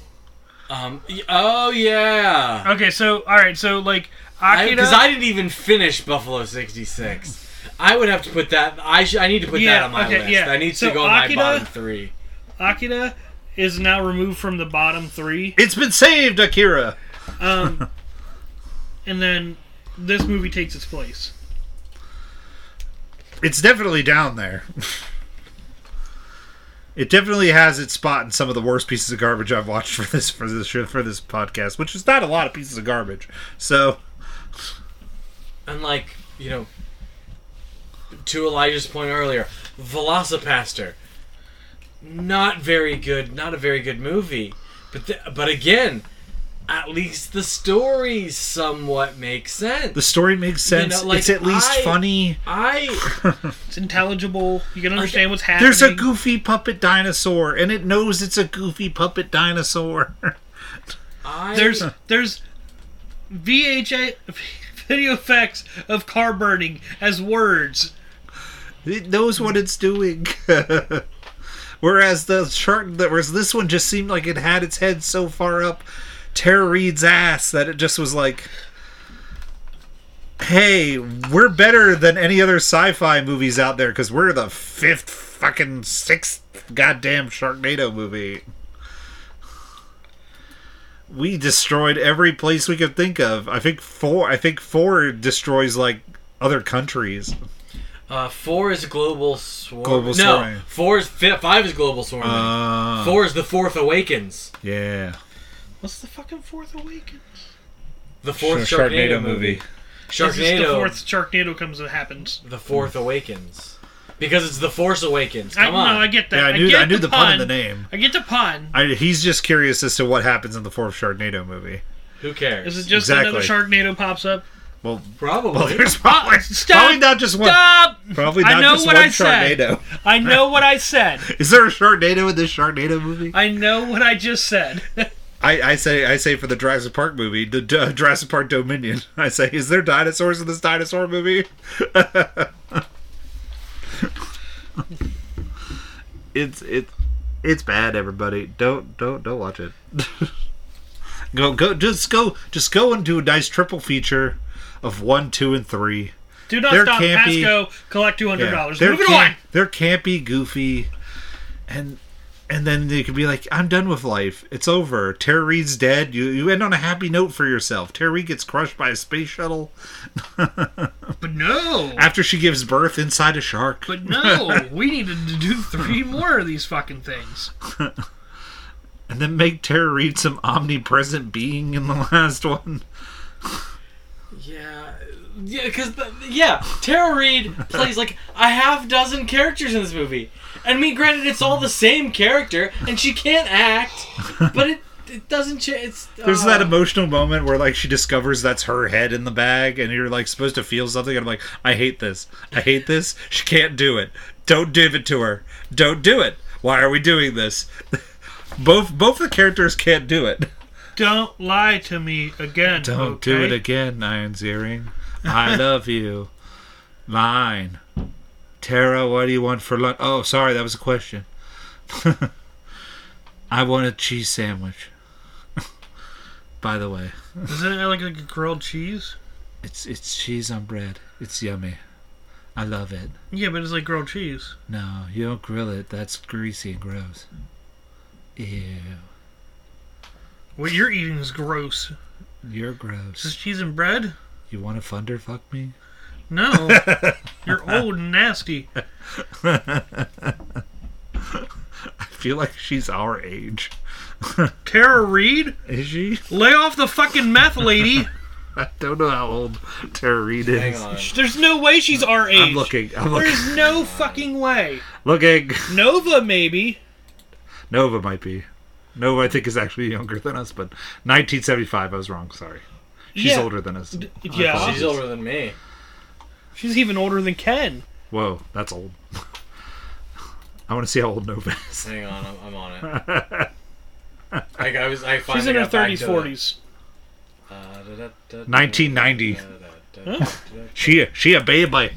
Um. y- Oh yeah.
Okay, so all right, so like Akira.
Because I, didn't even finish Buffalo '66. I would have to put that. I sh- I need to put
Yeah,
that on my
okay,
list.
yeah.
I need
So
to go on my
Akira-
bottom three.
Akira is now removed from the bottom three.
It's been saved, Akira.
Um, and then this movie takes its place.
It's definitely down there. it definitely has its spot in some of the worst pieces of garbage I've watched for this for this for this podcast, which is not a lot of pieces of garbage. So
And like you know, to Elijah's point earlier, Velocipaster, not very good. Not a very good movie. But th- but again, at least the story somewhat makes sense.
the story makes sense.
like,
it's at least
I-
funny.
I
It's intelligible. You can understand what's happening.
There's a goofy puppet dinosaur, and it knows it's a goofy puppet dinosaur.
I
There's there's VHA video effects of car burning as words.
it knows what it's doing. Whereas the shark, that was this one just seemed like it had its head so far up Tara Reed's ass that it just was like, "Hey, we're better than any other sci-fi movies out there because we're the fifth, fucking sixth, goddamn Sharknado movie." we destroyed every place we could think of. I think four. I think four destroys like other countries.
Uh, four is global swarm.
Global
no,
swarming.
four is fi- five is global swarming.
Uh,
four is the fourth awakens.
yeah.
What's the fucking fourth awakening?
The fourth Sharknado, movie.
It's just
Sharknado.
the fourth Sharknado comes and happens.
the fourth awakens. Because it's the Force Awakens.
I,
Come
no,
on.
I get that.
Yeah, I knew.
get
I knew the pun in the name.
I get the pun.
I, he's just curious as to what happens in the fourth Sharknado movie.
Who cares?
Is it just
Exactly.
another Sharknado pops up?
Well, well,
Probably.
there's probably,
Stop.
probably not just one.
Stop!
Probably
I
not
know
just
what
one
I said.
Sharknado.
I know what I said.
Is there a Sharknado in this Sharknado movie?
I know what I just said.
I, I say I say for the Jurassic Park movie, the D- Jurassic Park Dominion. I say, is there dinosaurs in this dinosaur movie? it's it's it's bad. Everybody, don't don't don't watch it. go go just go just go and do a nice triple feature of one, two, and three.
Do not
There
stop.
can't be-
Pasco, collect two hundred dollars.
They're,
Moving
camp-
on.
they're campy, goofy, and and then they could be like, "I'm done with life. It's over. Tara Reed's dead. You you end on a happy note for yourself. Tara Reed gets crushed by a space shuttle
But no.
after she gives birth inside a shark.
But no, we needed to do three more of these fucking things.
and then make Tara Reed some omnipresent being in the last one.
yeah. Yeah, because, yeah, Tara Reid plays like a half dozen characters in this movie. And I mean, granted, it's all the same character, and she can't act, but it, it doesn't. Ch- it's.
There's
uh,
that emotional moment where like she discovers that's her head in the bag, and you're like supposed to feel something. And I'm like, I hate this. I hate this. She can't do it. Don't give it to her. Don't do it. Why are we doing this? Both both the characters can't do it.
Don't lie to me again.
Don't do it again, Iron's earring. I love you. Mine. Tara, what do you want for lunch? Oh, sorry, that was a question. I want a cheese sandwich. By the way,
Isn't it like, like a grilled cheese?
it's it's cheese on bread. It's yummy. I love it.
Yeah, but it's like grilled cheese.
No, you don't grill it. That's greasy and gross. Ew.
What you're eating is gross.
You're
Is this
gross.
cheese and bread?
You want to thunder fuck me?
No. you're old and nasty.
I feel like she's our age.
Tara Reed?
Is she?
Lay off the fucking meth, lady.
I don't know how old Tara Reed is.
Hang on.
There's no way she's our age.
I'm looking. I'm looking.
There's no fucking way.
Looking.
Nova, maybe.
Nova might be. Nova, I think, is actually younger than us, but 1975. I was wrong. Sorry. She's
yeah.
older than us. I
yeah.
apologize.
She's older than me.
She's even older than Ken.
Whoa, that's old. I want to see how old Nova is.
Hang on, I'm, I'm on it. I, I was. I finally
She's in her
got back
30s,
to
40s.
the- uh, da- da- da- da-
1990.
da- da- da- da-
She she a baby.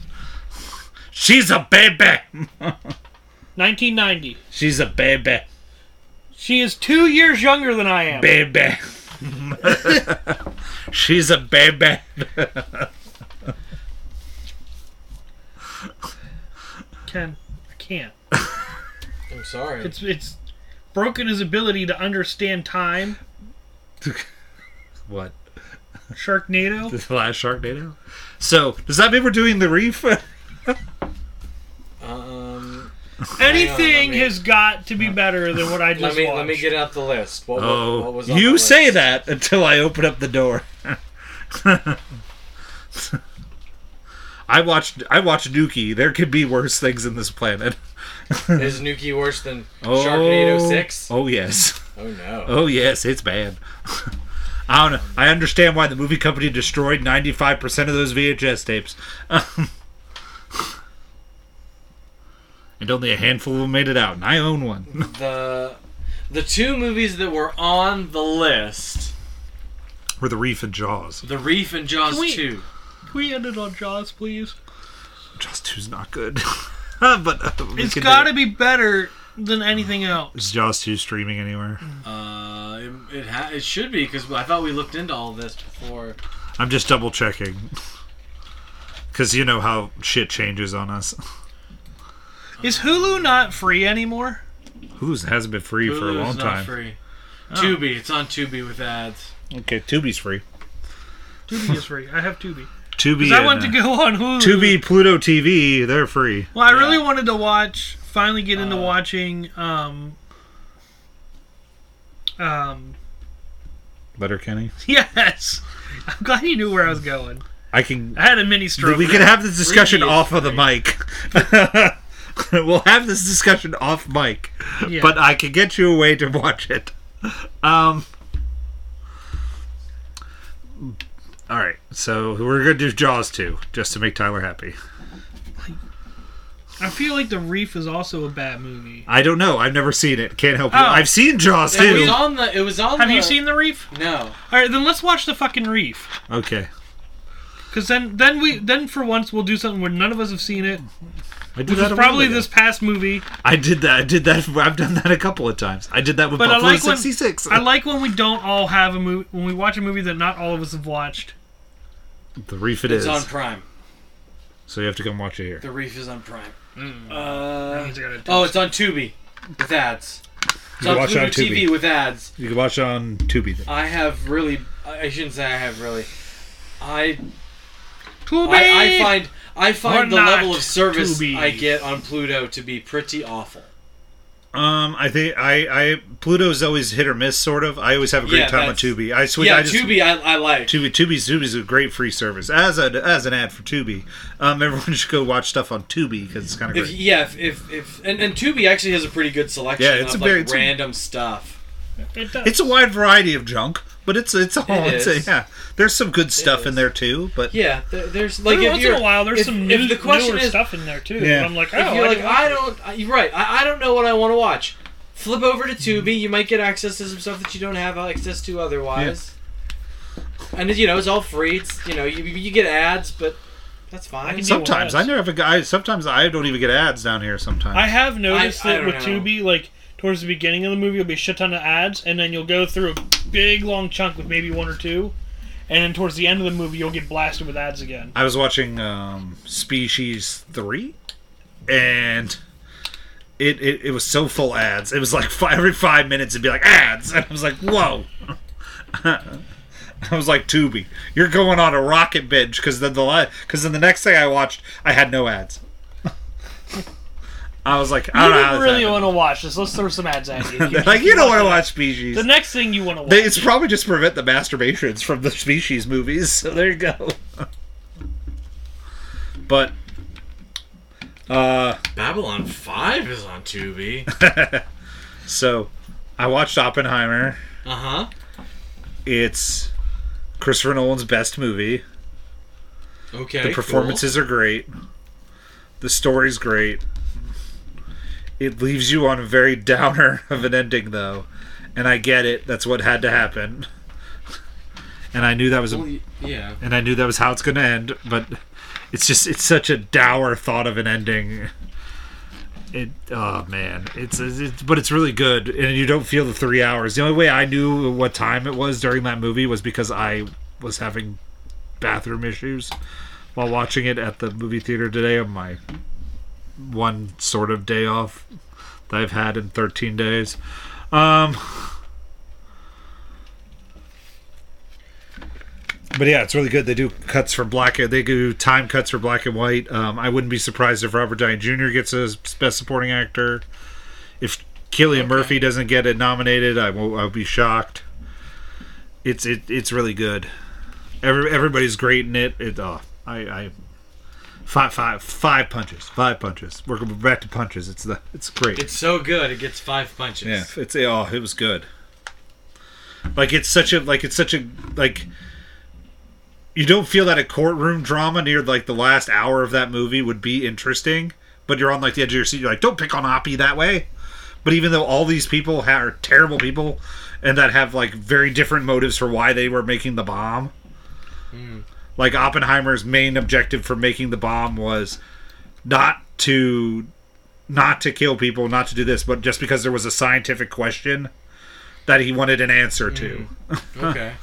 She's a baby.
1990.
She's a baby.
She is two years younger than I am.
Baby. She's a baby.
Ken, I can't.
I'm sorry.
It's it's broken his ability to understand time.
What?
Sharknado.
The last Sharknado? So, does that mean we're doing the reef?
um,
Anything
me-
has got to be better than what I just
let me
watched.
let me get out the list. What, what-
Oh,
what was on my
you
list?
say that until I open up the door. I watched. I watched Nuki. There could be worse things in this planet.
is Nuki worse than Sharknado Six?
Oh yes.
Oh no.
Oh yes. It's bad. I don't know. I understand why the movie company destroyed ninety five percent of those VHS tapes, and only a handful of them made it out. And I own one.
The the two movies that were on the list,
Were the Reef and Jaws.
The Reef and Jaws
Can we-
Two.
Can we end it on Jaws, please?
Jaws two's not good. but uh, we
It's
can do
got
it.
to be better than anything else.
Is Jaws 2 streaming anywhere?
Uh, it it, ha- it should be because I thought we looked into all this before.
I'm just double checking. Because you know how shit changes on us.
Is Hulu not free anymore?
Hulu's hasn't been free for a
Hulu's
long
not
time. Oh.
Free. Tubi, it's on Tubi with ads.
Okay, Tubi's free.
Tubi is free. I have Tubi.
Tubi. uh,
Because I want to go on Hulu.
Tubi, Pluto TV, they're free.
Well, I really
Yeah.
wanted to watch. Finally, get into
Uh,
watching. Um. Um.
Letterkenny.
Yes. I'm glad you knew where I was going.
I can.
I had a mini stroke.
We can
there.
have this discussion
Free is
off of the mic. we'll have this discussion off mic.
Yeah.
But I can get you a way to watch it. Um. All right, so we're gonna do Jaws 2, just to make Tyler happy.
I feel like The Reef is also a bad movie.
I don't know. I've never seen it. Can't help you.
Oh.
I've seen Jaws
It was
too.
on the. It was on.
Have
the,
you seen The Reef?
No.
All right, then let's watch the fucking Reef.
Okay,
Cause then, then we, then for once we'll do something where none of us have seen it.
I did
Which
that
is
a
probably
while ago.
this past movie.
I did that. I did that. I've done that a couple of times. I did that with
But I
Buffalo
like when-
'66.
I like when we don't all have a movie when we watch a movie that not all of us have watched.
the Reef. It
It's
is.
on Prime.
so you have to come watch it here.
The Reef is on Prime.
Mm.
He's
Uh,
got a-
oh, it's on Tubi with ads. It's
You
on
watch it
Pluto
on Tubi.
TV with ads.
You can watch it on Tubi. Then.
I have really. I I shouldn't say I have really. I
Tubi!
I, I find I find the
not
level of service
Tubi.
I get on Pluto to be pretty awful.
Um, I think I, I Pluto's always hit or miss, sort of. I always have a great
Yeah,
time on
that's-
Tubi. I switch.
yeah,
I just,
Tubi I, I like.
Tubi, Tubi's, Tubi's a great free service. As a as an ad for Tubi, um, everyone should go watch stuff on Tubi because it's kind of
If,
great.
yeah, if, if, if and, and Tubi actually has a pretty good selection
Yeah, it's
of
a very-
like
it's a-
random stuff.
It does.
It's a wide variety of junk, but it's it's all
It
it's a-
is.
yeah. There's some good stuff in
is.
there too, but
Yeah, there, there's like
Every
if
once
you're,
in a while, there's
if,
some
if
new,
the question
newer
is
stuff in there too.
Yeah.
And I'm like, oh,
if you're
I
like
didn't watch
I
it.
don't I- you're right I, I don't know what I want to watch. Flip over to Tubi. You might get access to some stuff that you don't have access to otherwise. And you know it's all free. It's you know you, you get ads, but that's fine.
can do-
Sometimes I never have a I Sometimes I don't even get ads down here. Sometimes
I have noticed
I- I
that
don't
with
know.
Tubi, like towards the beginning of the movie, will be a shit ton of ads, and then you'll go through a big long chunk with maybe one or two, and then towards the end of the movie, you'll get blasted with ads again.
I was watching um, Species Three, and it, it it was so full ads. It was like five, every five minutes it'd be like ads, and I was like, whoa. I was like Tubi, you're going on a rocket binge because then the because then the next thing I watched, I had no ads. I was like, I
You
don't know how
don't
this
really want
happened.
to watch this. Let's throw some ads at you.
like you don't want to watch Species.
The next thing you want to watch.
They- it's probably just to prevent the masturbations from the species movies. So there you go. but uh
Babylon Five is on Tubi.
so I watched Oppenheimer.
Uh huh.
It's Christopher Nolan's best movie.
Okay.
The performances are great. The story's great. It leaves you on a very downer of an ending though. And I get it. That's what had to happen. And I knew that was a
Yeah.
and I knew that was how it's going to end, but it's just it's such a dour thought of an ending. It oh man, it's, it's but it's really good, and you don't feel the three hours. The only way I knew what time it was during that movie was because I was having bathroom issues while watching it at the movie theater today on my one sort of day off that I've had in 13 days. Um, But yeah, it's really good. They do cuts for black. They do time cuts for black and white. Um, I wouldn't be surprised if Robert Downey Jr. gets a Best Supporting Actor. If Killian Murphy doesn't get it nominated, I will. I'll be shocked. It's it. It's really good. Every, everybody's great in it. It. Uh, I. I five, five, five punches. Five punches. We're we're back to punches. It's the. It's great.
It's so good. It gets five punches.
Yeah, it's oh, it was good. Like it's such a like it's such a like you don't feel that a courtroom drama near like the last hour of that movie would be interesting, but you're on like the edge of your seat. You're like, don't pick on Oppie that way. But even though all these people ha- are terrible people and that have like very different motives for why they were making the bomb, like Oppenheimer's main objective for making the bomb was not to not to kill people, not to do this, but just because there was a scientific question that he wanted an answer
Mm.
to.
Okay.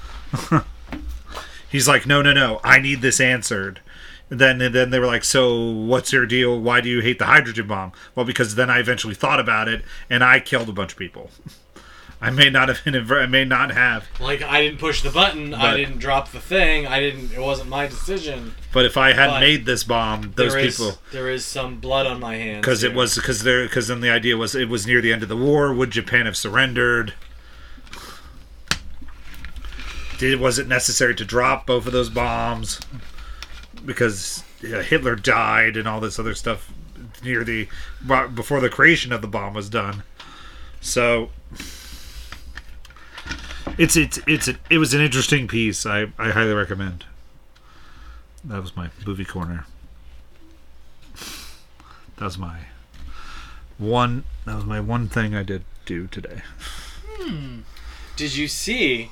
He's like, "No, no, no. I need this answered." Then and then they were like, "So, what's your deal? Why do you hate the hydrogen bomb?" Well, because then I eventually thought about it and I killed a bunch of people. I may not have been, I may not have,
Like I didn't push the button.
But-
I didn't drop the thing. I didn't. It wasn't my decision.
but if I had
But
made this bomb, those
There is-
people
there is some blood on my hands.
because it
here.
was because there because then the idea was it was near the end of the war. Would Japan have surrendered? Did was it necessary to drop both of those bombs because yeah, Hitler died and all this other stuff near the right before the creation of the bomb was done? So it's it's it's it was an interesting piece. I I highly recommend. That was my movie corner. That was my one. That was my one thing I did do today.
Did you see?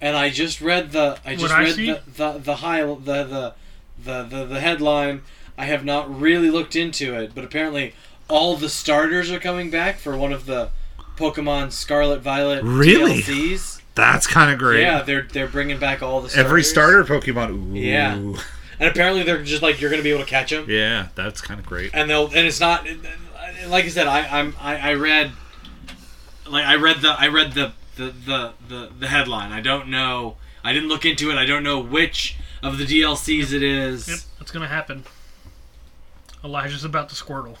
And I just read the. I just
I
read
see?
the, the the high the the, the the the headline. I have not really looked into it, but apparently all the starters are coming back for one of the Pokemon Scarlet Violet
Really?
DLCs.
That's kind of great.
Yeah, they're they're bringing back all the starters.
Every starter Pokemon. Ooh.
Yeah. And apparently they're just like you're gonna be able to catch them.
Yeah, that's kind of great.
and they'll and it's not like I said I I'm I, I read like I read the I read the the, the the the headline I don't know I didn't look into it I don't know which of the DLCs it is
Yep, that's gonna happen. Elijah's about to Squirtle.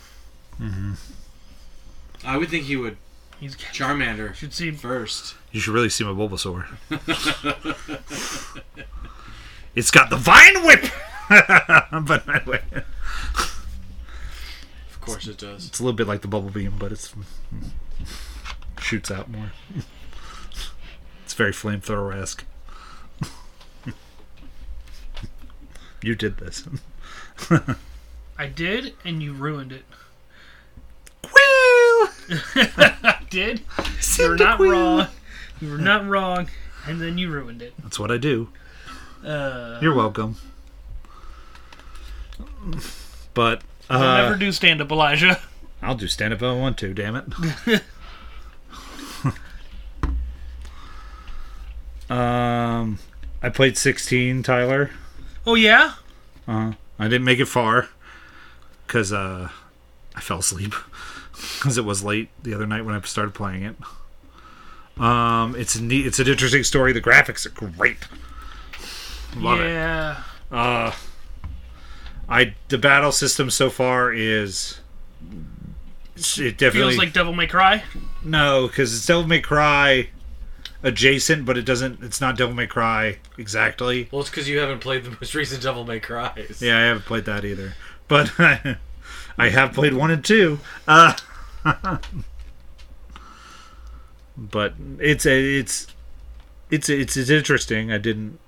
I would think he would
He's
Charmander
should see.
first
You should really see my Bulbasaur. it's got the Vine Whip. but anyway,
of course it does
it's a little bit like the Bubble Beam, but it's mm, shoots out more. it's very flamethrower esque. you did this.
I did, and you ruined it.
Woo!
I did. You were
Santa
not
Queen.
wrong. You were not wrong, and then you ruined it.
That's what I do.
Uh,
You're welcome. But
I'll
uh,
never do stand up, Elijah.
I'll do stand up if I want to. Damn it. um, I played 16, Tyler.
oh yeah.
I didn't make it far because uh, I fell asleep because it was late the other night when I started playing it. Um, it's a neat. It's an interesting story. The graphics are great. Love it.
yeah.
I the battle system so far is it definitely
Feels like Devil May Cry.
No, because it's Devil May Cry adjacent, but it doesn't. It's not Devil May Cry exactly.
Well, it's because you haven't played the most recent Devil May Cries.
Yeah, I haven't played that either, but I, have played one and two. Uh, but it's a it's it's it's it's interesting. I didn't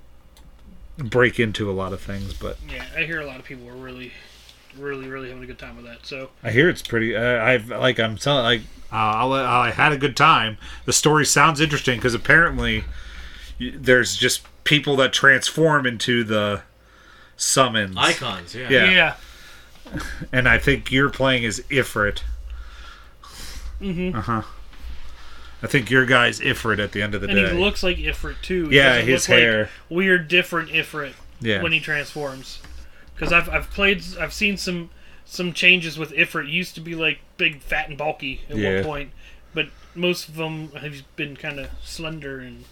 break into a lot of things, but
Yeah, I hear a lot of people are really, really, really having a good time with that. So
I hear it's pretty. Uh, I've like I'm telling like uh, I'll, I had a good time. The story sounds interesting because apparently y- there's just people that transform into the summons.
Icons, yeah.
Yeah.
yeah,
And I think you're playing as Ifrit.
Mhm.
Uh huh. I think your guy's Ifrit at the end of the
And
day.
he looks like Ifrit too. He
yeah,
doesn't
his
look like
hair.
weird, different Ifrit
yeah.
when he transforms. Because I've I've played I've seen some some changes with Ifrit. He used to be like big, fat, and bulky at
Yeah.
one point, but most of them have been kind of slender and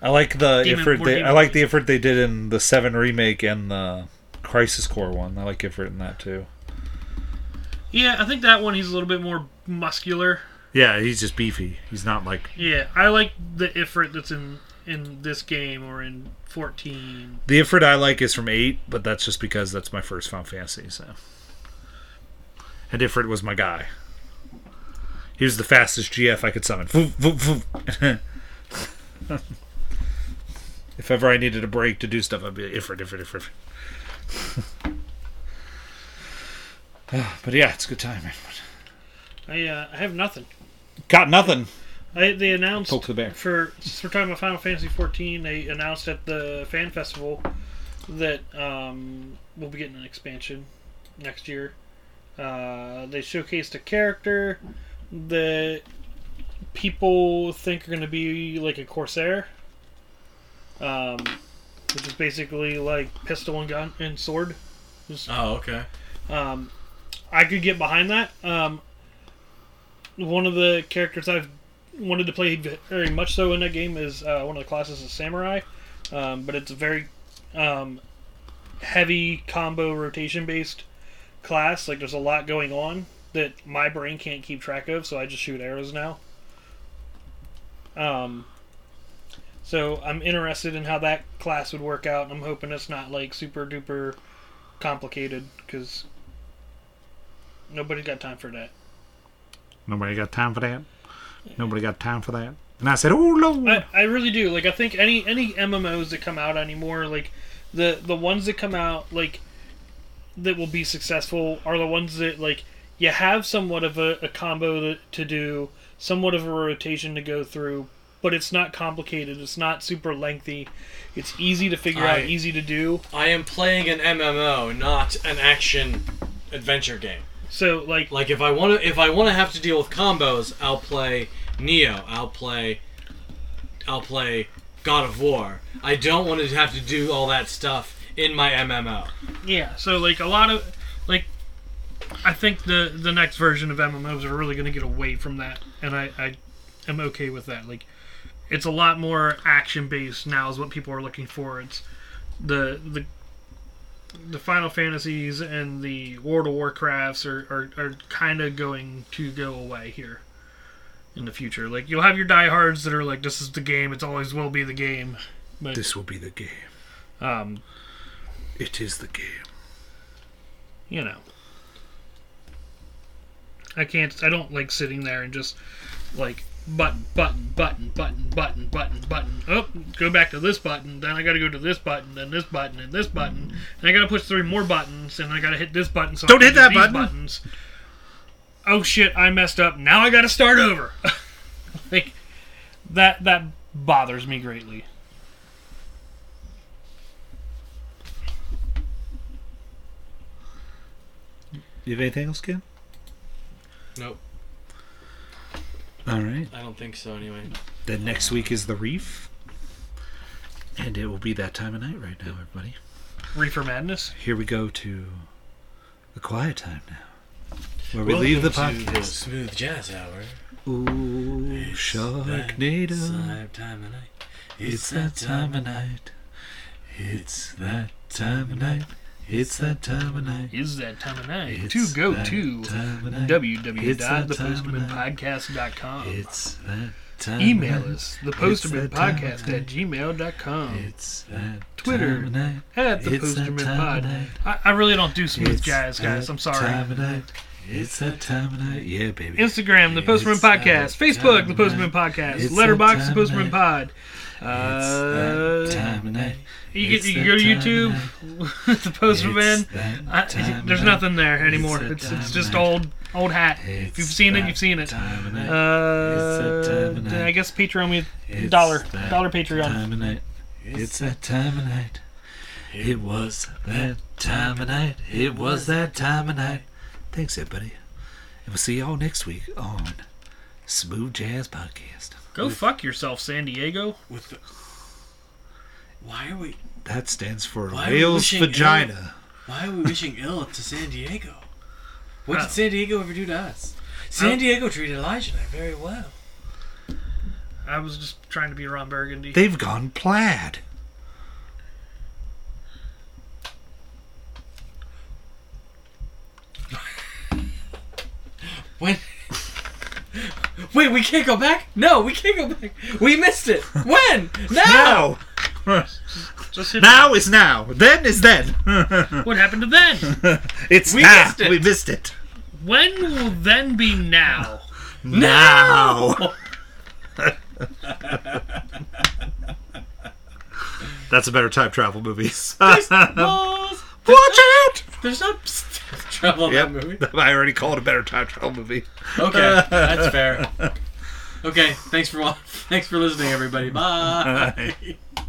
I like the
Demon-
Ifrit.
more
They,
demon.
I like the Ifrit they did in the Seven remake and the Crisis Core one. I like Ifrit in that too.
yeah. I think that one he's a little bit more muscular.
Yeah, he's just beefy. He's not like
Yeah, I like the Ifrit that's in in this game or in fourteen.
The Ifrit I like is from eight, but that's just because that's my first Final Fantasy. So, and Ifrit was my guy. He was the fastest GF I could summon. Voop, voop, voop. if ever I needed a break to do stuff, I'd be like, Ifrit, Ifrit, Ifrit. but yeah, it's a good time. man.
I uh, I have nothing.
Got nothing.
I, they announced
Poke the bear.
for since we're talking about Final Fantasy 14. They announced at the fan festival that um, we'll be getting an expansion next year. Uh, they showcased a character that people think are going to be like a corsair, um, which is basically like pistol and gun and sword.
Oh, okay.
Um, I could get behind that. Um, one of the characters I've wanted to play very much so in that game is uh, one of the classes is samurai, um, but it's a very um, heavy combo rotation based class. Like there's a lot going on that my brain can't keep track of, so I just shoot arrows now. Um, so I'm interested in how that class would work out, and I'm hoping it's not like super duper complicated because nobody got time for that.
Nobody got time for that. Nobody got time for that. And I said, "Oh Lord."
I, I really do. Like I think any any MMOs that come out anymore, like the the ones that come out like that will be successful are the ones that like you have somewhat of a, a combo to, to do, somewhat of a rotation to go through, but it's not complicated. It's not super lengthy. It's easy to figure out,
I-
easy to do.
I am playing an MMO, not an action adventure game.
So like
Like if I want to, if I want to have to deal with combos, I'll play Neo. I'll play, I'll play God of War. I don't want to have to do all that stuff in my MMO.
Yeah, so like a lot of like I think the the next version of MMOs are really going to get away from that and I I am okay with that. Like it's a lot more action based now is what people are looking for. It's the the the Final Fantasies and the World of Warcrafts are, are, are kind of going to go away here in the future. Like you'll have your diehards that are like, "This is the game. It's always will be the game."
This will be the game.
Um,
It is the game.
you know i can't i don't like sitting there and just like button button button button button button button oh go back to this button then i gotta go to this button then this button and this button and i gotta push three more buttons and i gotta hit this button so I
Don't
can
hit
do
that
these
button.
buttons
oh shit, I messed up. Now I got to start over. like that that bothers me greatly.
You have anything else, Kim?
Nope,
All right.
I don't think so. Anyway,
Then next week is the reef, and it will be that time of night right now, everybody.
Reefer madness.
Here we go to the quiet time now, where we leave the podcast.
smooth jazz hour.
Ooh, Sharknado!
time of night.
It's that time of night. It's that time of night. It's that time of night.
Is that time of night?
It's
to go
that
to
time of night. It's that time of night.
www.thepostermanpodcast.com.
It's that time.
Email
of night.
us,
that time of
thepostermanpodcast at
night.
gmail.com.
It's that
Twitter.
time of night.
At the
It's that
Posterman
time of
Pod.
night.
I, I really don't do smooth
It's
jazz, guys.
that
I'm sorry.
Time of night. It's that time of night. Yeah, baby.
Instagram, the Postman
It's that
Podcast.
time
Facebook, the
of
Postman
night. It's
Podcast.
that
Letterbox,
time
the
of
Postman
night.
Pod.
it's
Uh,
that time of night.
you
It's
can, you can
that
go
time
to
of
YouTube, the Postman.
It's that
Uh, I,
time of
there's
night.
nothing there anymore.
that
It's, it's,
time of
just
night.
old old hat.
It's
if you've seen it,
that
you've seen it.
Time of night. It's that
Uh,
time of night.
I guess Patreon me
It's
dollar-
that
dollar Patreon.
Time of night. It's that time of night. It was that time of night. It was that time of night. Thanks, everybody. And we'll see y'all next week on Smooth Jazz Podcast.
Go fuck yourself, San Diego.
With the, why are we?
That stands for
Why are we
whale's
wishing ill-
vagina.
Why are we wishing ill to San Diego? What did San Diego ever do to us? San Diego treated Elijah and I very well.
I was just trying to be Ron Burgundy.
They've gone plaid.
When? Wait, we can't go back. No, we can't go back. We missed it. When? Now.
Now!
Just hit
Now is now. Then is then.
What happened to then?
it's
We
now.
missed it.
We missed it.
when will then be now?
Now. That's a better time travel movie. Watch
Balls.
out!
There's no s- trouble in
Yep,
that movie.
I already called a better time travel movie.
Okay, that's fair. Okay, thanks for wa- thanks for listening, everybody. Bye.